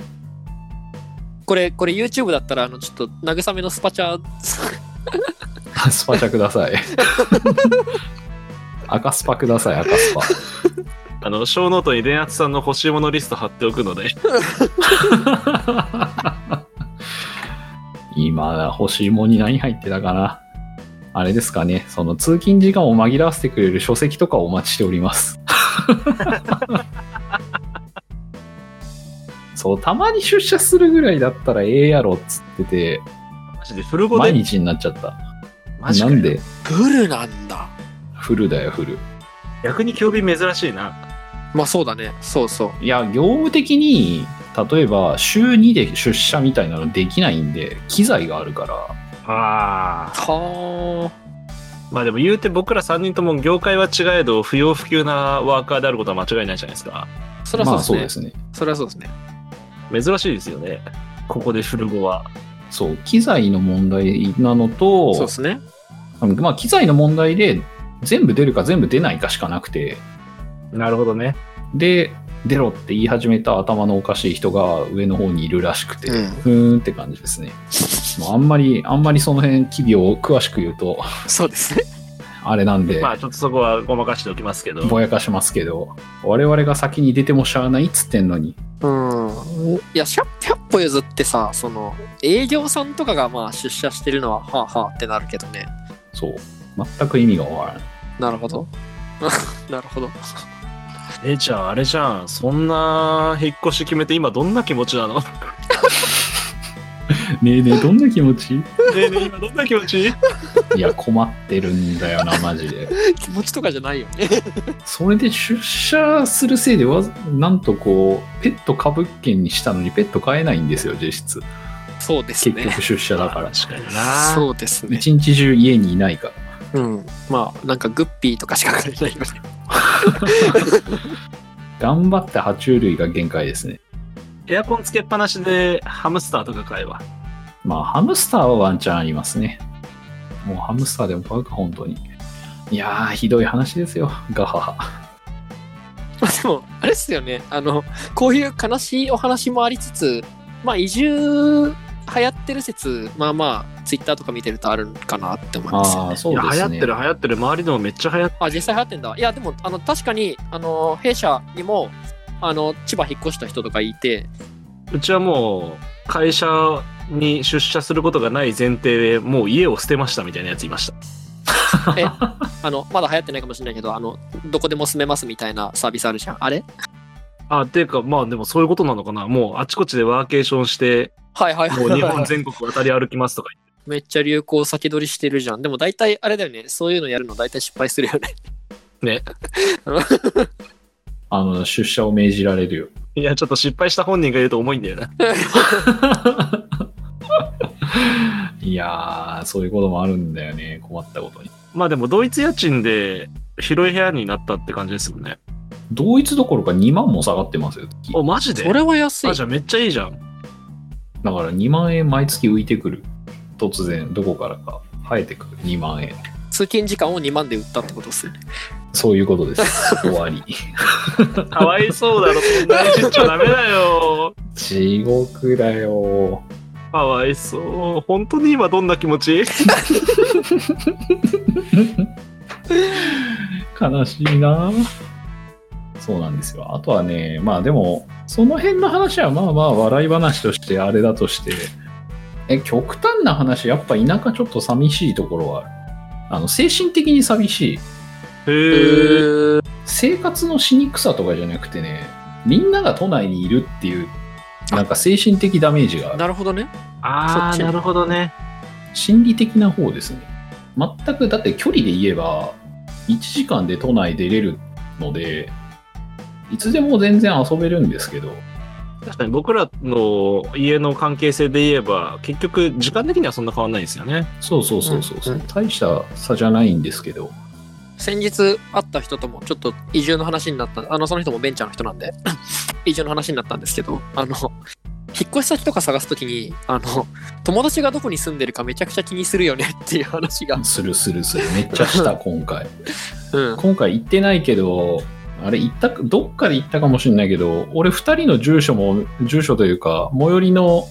B: これ、これ YouTube だったら、あの、ちょっと慰めのスパチャ、
C: ス [LAUGHS] パチャください。赤スパください、赤スパ。
A: あの、小ノートに電圧さんの欲しいものリスト貼っておくので、
C: 今、欲しいもんに何入ってたかな。あれですかね、その通勤時間を紛らわせてくれる書籍とかをお待ちしております。そう、たまに出社するぐらいだったらええやろっつってて、
A: マジでフル語
C: 毎
A: で、
C: 日になっちゃった。
A: マジか
C: な
A: よ
C: んで、
B: ブルなんだ。
C: フルだよ、フル。
A: 逆に興味珍しいな。
B: まあそうだね。そうそう。
C: いや、業務的に、例えば週2で出社みたいなのできないんで、機材があるから、
A: ああ。
B: はあ。
A: まあでも言うて僕ら3人とも業界は違えど、不要不急なワーカーであることは間違いないじゃないですか。
B: そりゃ
C: まあ
B: そ
C: そうう
B: で
C: です
B: ね。
C: すね。
B: そりゃそうですね。
A: 珍しいですよね。ここでフル語は。
C: そう、機材の問題なのと、
B: そうですね。
C: まあ、機材の問題で全部出るか全部出ないかしかなくて
A: なるほどね。
C: で出ろって言い始めた頭のおかしい人が上の方にいるらしくて、
B: うん
C: ふーんって感じですねもうあんまりあんまりその辺機微を詳しく言うと
B: そうですね。
C: あれなんで、
A: まあちょっとそこはごまかしておきますけど。
C: ぼやかしますけど我々が先に出てもしゃあないっつってんのに
B: うん。いや、100, 100歩譲ってさ、その、営業さんとかがまあ出社してるのは、はあはあってなるけどね。
C: そう全く意味がわからない
B: なるほど。 [LAUGHS] なるほど。
A: えーちゃん、あれじゃん。そんな引っ越し決めて今どんな気持ちなの [LAUGHS] ね
C: ねえねえどんな気持ち
A: えねえ、今どんな気持ち
C: いや困ってるんだよなマジで
B: [LAUGHS] 気持ちとかじゃないよね。 [LAUGHS]
C: それで出社するせいでわざなんとこうペット株券にしたのにペット買えないんですよ実質
B: そうです
C: 結
B: ね。
C: 局出社だから、
A: 確かにな。
B: そうですね。
C: 一日中家にいないから
B: うん。まあ、なんかグッピーとかしか買えないよね。 [LAUGHS]
C: 頑張って爬虫類が限界ですね
A: エアコンつけっぱなしでハムスターとか買えば。
C: まあハムスターはワンチャンありますねもうハムスターでも買うか本当にいやーひどい話ですよガハハ
B: まあでも、あれっすよね。あの、こういう悲しいお話もありつつ、まあ移住流行ってる説、まあまあ、ツイッターとか見てるとあるかなって思いますよ
C: あ
B: ね
C: あ。そうですね
A: いや流行ってる流行ってる周りでもめっちゃ流行って
B: あ、実際流行ってんだ。いや、でも、あの、確かに、あの、弊社にも、あの、千葉引っ越した人とかいて、
A: るうちはもう会社に出社することがない前提でもう家を捨てましたみたいなやついました [LAUGHS]
B: あの、まだ流行ってないかもしれないけど、あの、どこでも住めますみたいなサービスあるじゃん。あれ
A: あっていうかまあでもそういうことなのかなもうあちこちでワーケーションして
B: はいはいはい。
A: もう日本全国渡り歩きますとか言って
B: [LAUGHS] めっちゃ流行先取りしてるじゃん。でも大体あれだよね。そういうのやるの大体失敗するよね。
C: あの出社を命じられるよ
A: いやちょっと失敗した本人が言うと重いんだ
B: [LAUGHS]
A: よな
C: いやーそういうこともあるんだよね困ったことに
A: まあでも同一家賃で広い部屋になったって感じですよね
C: 同一どころか2万も下がってますよ月
A: おマジで
B: それは安い
A: あ。じゃあめっちゃいいじゃん
C: だから2万円毎月浮いてくる。突然、どこからか生えてくる2万円。
B: 通勤時間を2万で売ったってことっすよね。
C: そういうことです。終わり。
A: かわいそうだろそんなにちっちゃダメだよ
C: 地獄だよ。
A: かわいそう本当に今どんな気持ち
C: 悲しいな。そうなんですよ。あとはね、まあでも、その辺の話はまあまあ笑い話としてあれだとして、え、極端な話、やっぱ田舎ちょっと寂しいところはある。あの、精神的に寂しい。
A: へえ
C: 生活のしにくさとかじゃなくてね、みんなが都内にいるっていう、なんか精神的ダメージがある。
B: なるほどね。
A: あ
B: そっ
A: あ
B: ち
A: なるほどね
C: 心理的な方ですね全くだって距離で言えば1時間で都内出れるのでいつでも全然遊べるんですけど
A: 確かに僕らの家の関係性で言えば結局時間的にはそんな変わんないんですよね
C: そうそうそうそうそう、
B: うんう
C: 大した差じゃないんですけど
B: 先日会った人ともちょっと移住の話になったあのその人もベンチャーの人なんで [COUGHS] 移住の話になったんですけどあの引っ越し先とか探すときにあの友達がどこに住んでるかめちゃくちゃ気にするよねっていう話が、
C: するするするめっちゃした
B: [LAUGHS]
C: 今回
B: うん、
C: 今回行ってないけどあれ行ったかどっかで行ったかもしれないけど俺2人の住所も住所というか最寄りの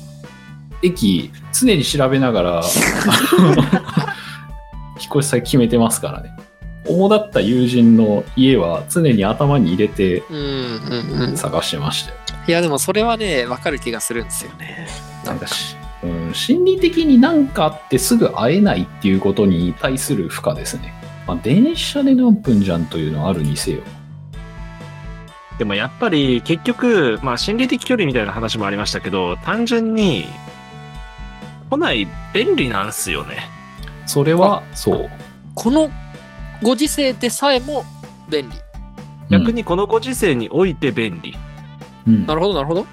C: 駅常 [LAUGHS] に調べながらあの引っ越し先決めてますからね主だった友人の家は常に頭に入れて
B: うんうんうん
C: 探してましたよ。
B: いやでもそれはね分かる気がするんですよね
C: なんかし、うん、心理的になんかあってすぐ会えないっていうことに対する負荷ですね。まあ、電車で何分じゃんというのはあるにせよ。
A: でもやっぱり結局、まあ心理的距離みたいな話もありましたけど、単純に、来ない便利なんすよね。
C: それはそう。
B: このご時世でさえも便利
A: 逆にこのご時世において便利。
C: うん、
B: なるほどなるほど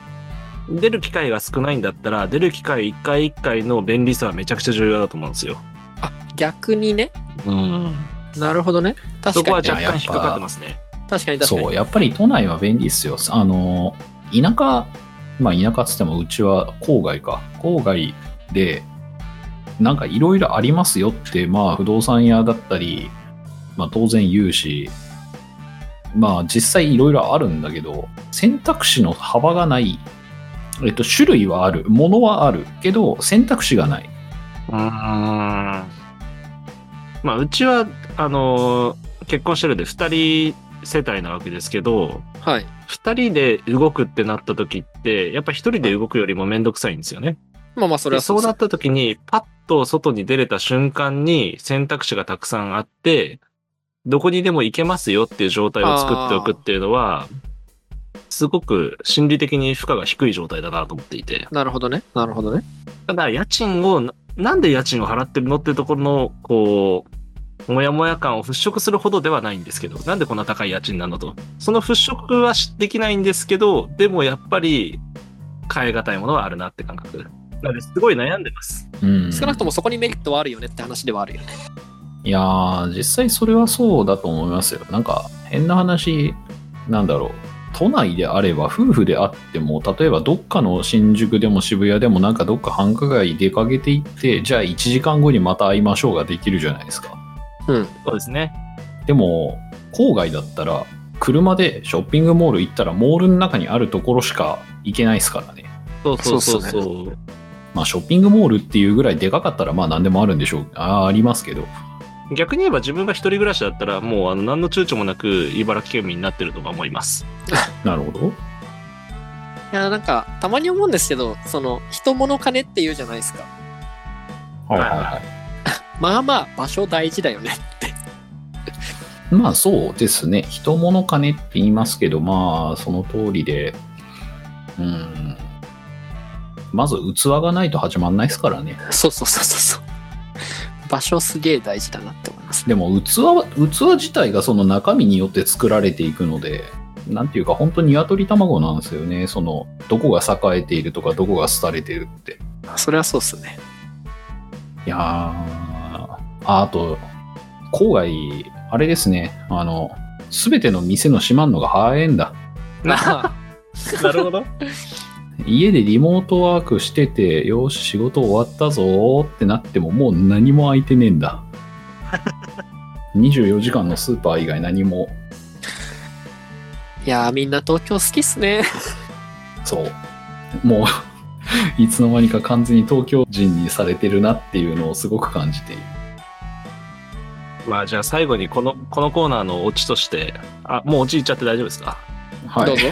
A: 出る機会が少ないんだったら、出る機会一回一回の便利さはめちゃくちゃ重要だと思うんですよ。
B: あ逆にね
A: うん。
B: なるほどね
A: そ
B: 確
A: こは
B: か
A: 若
B: に確
C: じゃ
A: 干
B: か
C: あ
A: 引っかかってますね。
B: に確か
C: そう、
B: に
C: やっぱり都内は便利ですよ。あの、田舎、まあ田舎っつってもうちは郊外か。郊外で、なんかいろいろありますよって、まあ不動産屋だったり、まあ当然言うし、まあ実際いろいろあるんだけど、選択肢の幅がない。えっと、種類はある。ものはある。けど、選択肢がない。
A: うーん。まあ、うちは、あのー結婚してるんで2人世帯なわけですけど、
B: はい
A: 2人で動くってなった時って、やっぱ1人で動くよりもめんどくさいんですよね。
B: まあまあそれ
A: で
B: は
A: そうな
B: だ
A: った時に、パッと外に出れた瞬間に選択肢がたくさんあって、どこにでも行けますよっていう状態を作っておくっていうのは、すごく心理的に負荷が低い状態だなと思っていて。
B: なるほどねなるほどね
A: ただ、家賃をな、なんで家賃を払ってるのってところの、こう、もやもや感を払拭するほどではないんですけど、なんでこんな高い家賃なのと。その払拭はしできないんですけど、でもやっぱり、変え難いものはあるなって感覚。なので、すごい悩んでます。
C: うん
B: 少なくともそこにメリットはあるよねって話ではあるよね
C: いやー、実際それはそうだと思いますよ。なんか、変な話、なんだろう。都内であれば、夫婦であっても、例えばどっかの新宿でも渋谷でも、なんかどっか繁華街出かけていって、じゃあ1時間後にまた会いましょうができるじゃないですか。
A: そうですね。
C: でも、郊外だったら、車でショッピングモール行ったら、モールの中にあるところしか行けないですからね。
A: そうそうそう
B: そ
A: そう
B: っ
A: う、
C: まあ、ショッピングモールっていうぐらいでかかったら、まあ、何でもあるんでしょう。あーありますけど。
A: 逆に言えば自分が一人暮らしだったら、もうあの何の躊躇もなく茨城県民になってるとは思います。
C: なるほど。
B: いやなんかたまに思うんですけどその人物金って言うじゃないですか
C: はい
A: い
C: は
A: はいい
C: はい
A: は。
B: まあまあ場所大事だよね [LAUGHS]
C: まあそうですね。人物金って言いますけど、まあその通りで、うん。まず器がないと始まんないですからね。
B: そうそうそうそうそう場所すげえ大事だなって思います
C: でも器は、器自体がその中身によって作られていくので、なんていうか本当に鶏卵なんですよね。その、どこが栄えているとか、どこが廃れてるって。
B: それはそうっすね
C: いやー、ああと、郊外、あれですね。あの、すべての店の閉まんのが早いんだ。
B: なあ
A: なるほど。
C: 家でリモートワークしてて、よし、仕事終わったぞーってなっても、もう何も空いてねえん [LAUGHS] だ。24時間のスーパー以外何も、
B: いやーみんな東京好きっすね
C: そう。もう、いつの間にか完全に東京人にされてるなっていうのをすごく感じている。
A: [LAUGHS] まあじゃあ最後にこの、このコーナーのオチとして、あ、もうオチ言っちゃって大丈夫ですか
C: はい。
B: どうぞ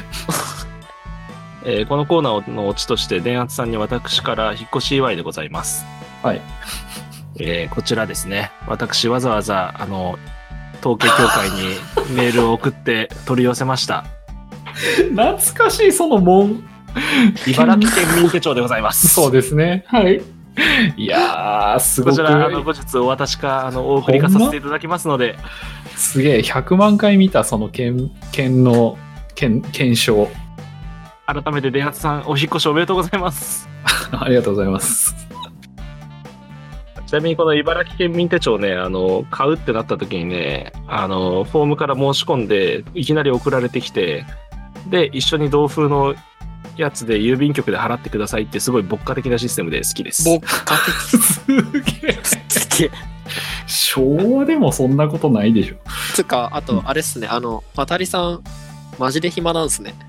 A: えーこのコーナーのオチとして、電圧さんに私から引っ越し祝いでございます。
C: はい。
A: えーこちらですね。私わざわざ、あの、統計協会
C: [LAUGHS]
A: にメールを送って取り寄せました。
C: 懐かしい、その門。
A: 茨城県民手帳でございます。
C: そうですね。はい。いやー、すご
A: こ
C: く
A: ちら、あの、後日お渡しか、あの、お送りかさせていただきますので、
C: すげえ、100万回見た、その剣、剣の、剣、検証。
A: 改めて電圧さん、お引っ越しおめでとうございます。
C: [LAUGHS] ありがとうございます。
A: ちなみにこの茨城県民手帳ね、あの、買うってなった時にね、あの、フォームから申し込んで、いきなり送られてきて、で、一緒に同封のやつで郵便局で払ってくださいって、すごい牧歌的なシステムで好きです。
B: 僕家
C: すげえ。
B: 的好き
C: 昭和でもそんなことないでしょ。
B: [LAUGHS] つうかあとあれっすねあの渡りさんマジで暇なんすね [LAUGHS]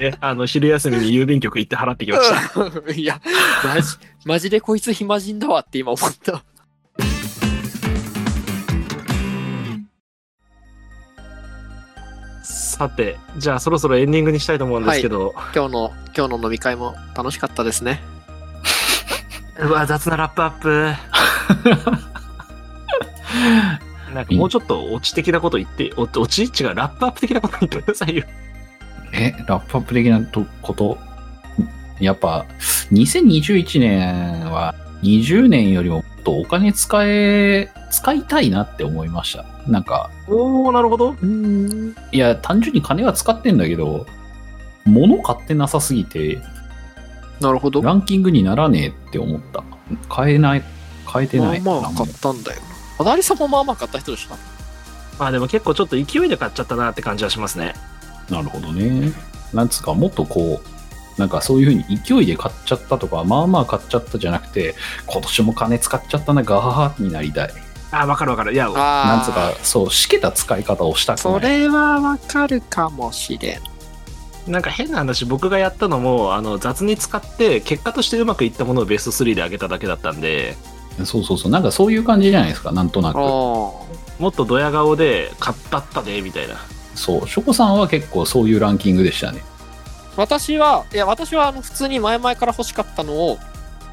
A: ね、あの、昼休みに郵便局行って払ってきました。
B: いやマジマジでこいつ暇人だわって今思った
A: さて、じゃあそろそろエンディングにしたいと思うんですけど、
B: 今日の今日の飲み会も楽しかったですね
A: うわ、雑なラップアップ。なんかもうちょっとオチ的なこと言って、おオチ違う、ラップアップ的なこと言ってくださいよ。
C: え、ラップアップ的なとこと、やっぱ、2021年は20年よりももっとお金使え、使いたいなって思いました。なんか、
A: おー、なるほど。
B: うん
C: いや、単純に金は使ってんだけど、物買ってなさすぎて、
B: なるほどま
C: ランキングにならねえって思った。買えない、買えてな
B: あ
C: い。
B: まあ買ったんだよ小田りさんもまあまあ買った人でした
A: まあでも結構ちょっと勢いで買っちゃったなって感じはしますね。
C: なるほどね。なんつうか、もっとこう、なんかそういうふうに勢いで買っちゃったとか、まあまあ買っちゃったじゃなくて、今年も金使っちゃったな、ガハハになりたい。
A: あー、わかるわかる。いや、
B: あ
C: なんつうか、そう、しけた使い方をしたく
B: そ
C: ない。
B: れはわかるかもしれん
A: なんか変な話、僕がやったのも、あの、雑に使って、結果としてうまくいったものをベスト3で上げただけだったんで、
C: そうそうそう、なんかそういう感じじゃないですか、なんとなく。
B: お
A: もっとドヤ顔で、買ったったで、みたいな。
C: そう、ショコさんは結構そういうランキングでしたね。
B: 私はいや私はあの普通に前々から欲しかったのを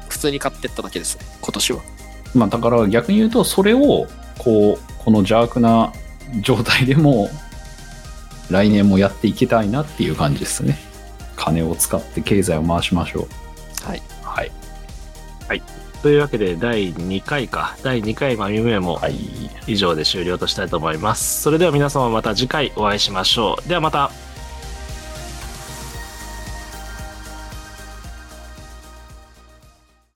B: 普通に買ってっただけですね今年は
C: まあ、だから逆に言うと、それを、こう、この邪悪な状態でも、来年もやっていきたいなっていう感じですね。金を使って経済を回しましょう。
B: はい
C: はい。
A: というわけで、第2回か。第2回まみむえも
C: はい。
A: 以上で終了としたいと思います。それでは皆様また次回お会いしましょう。ではまた。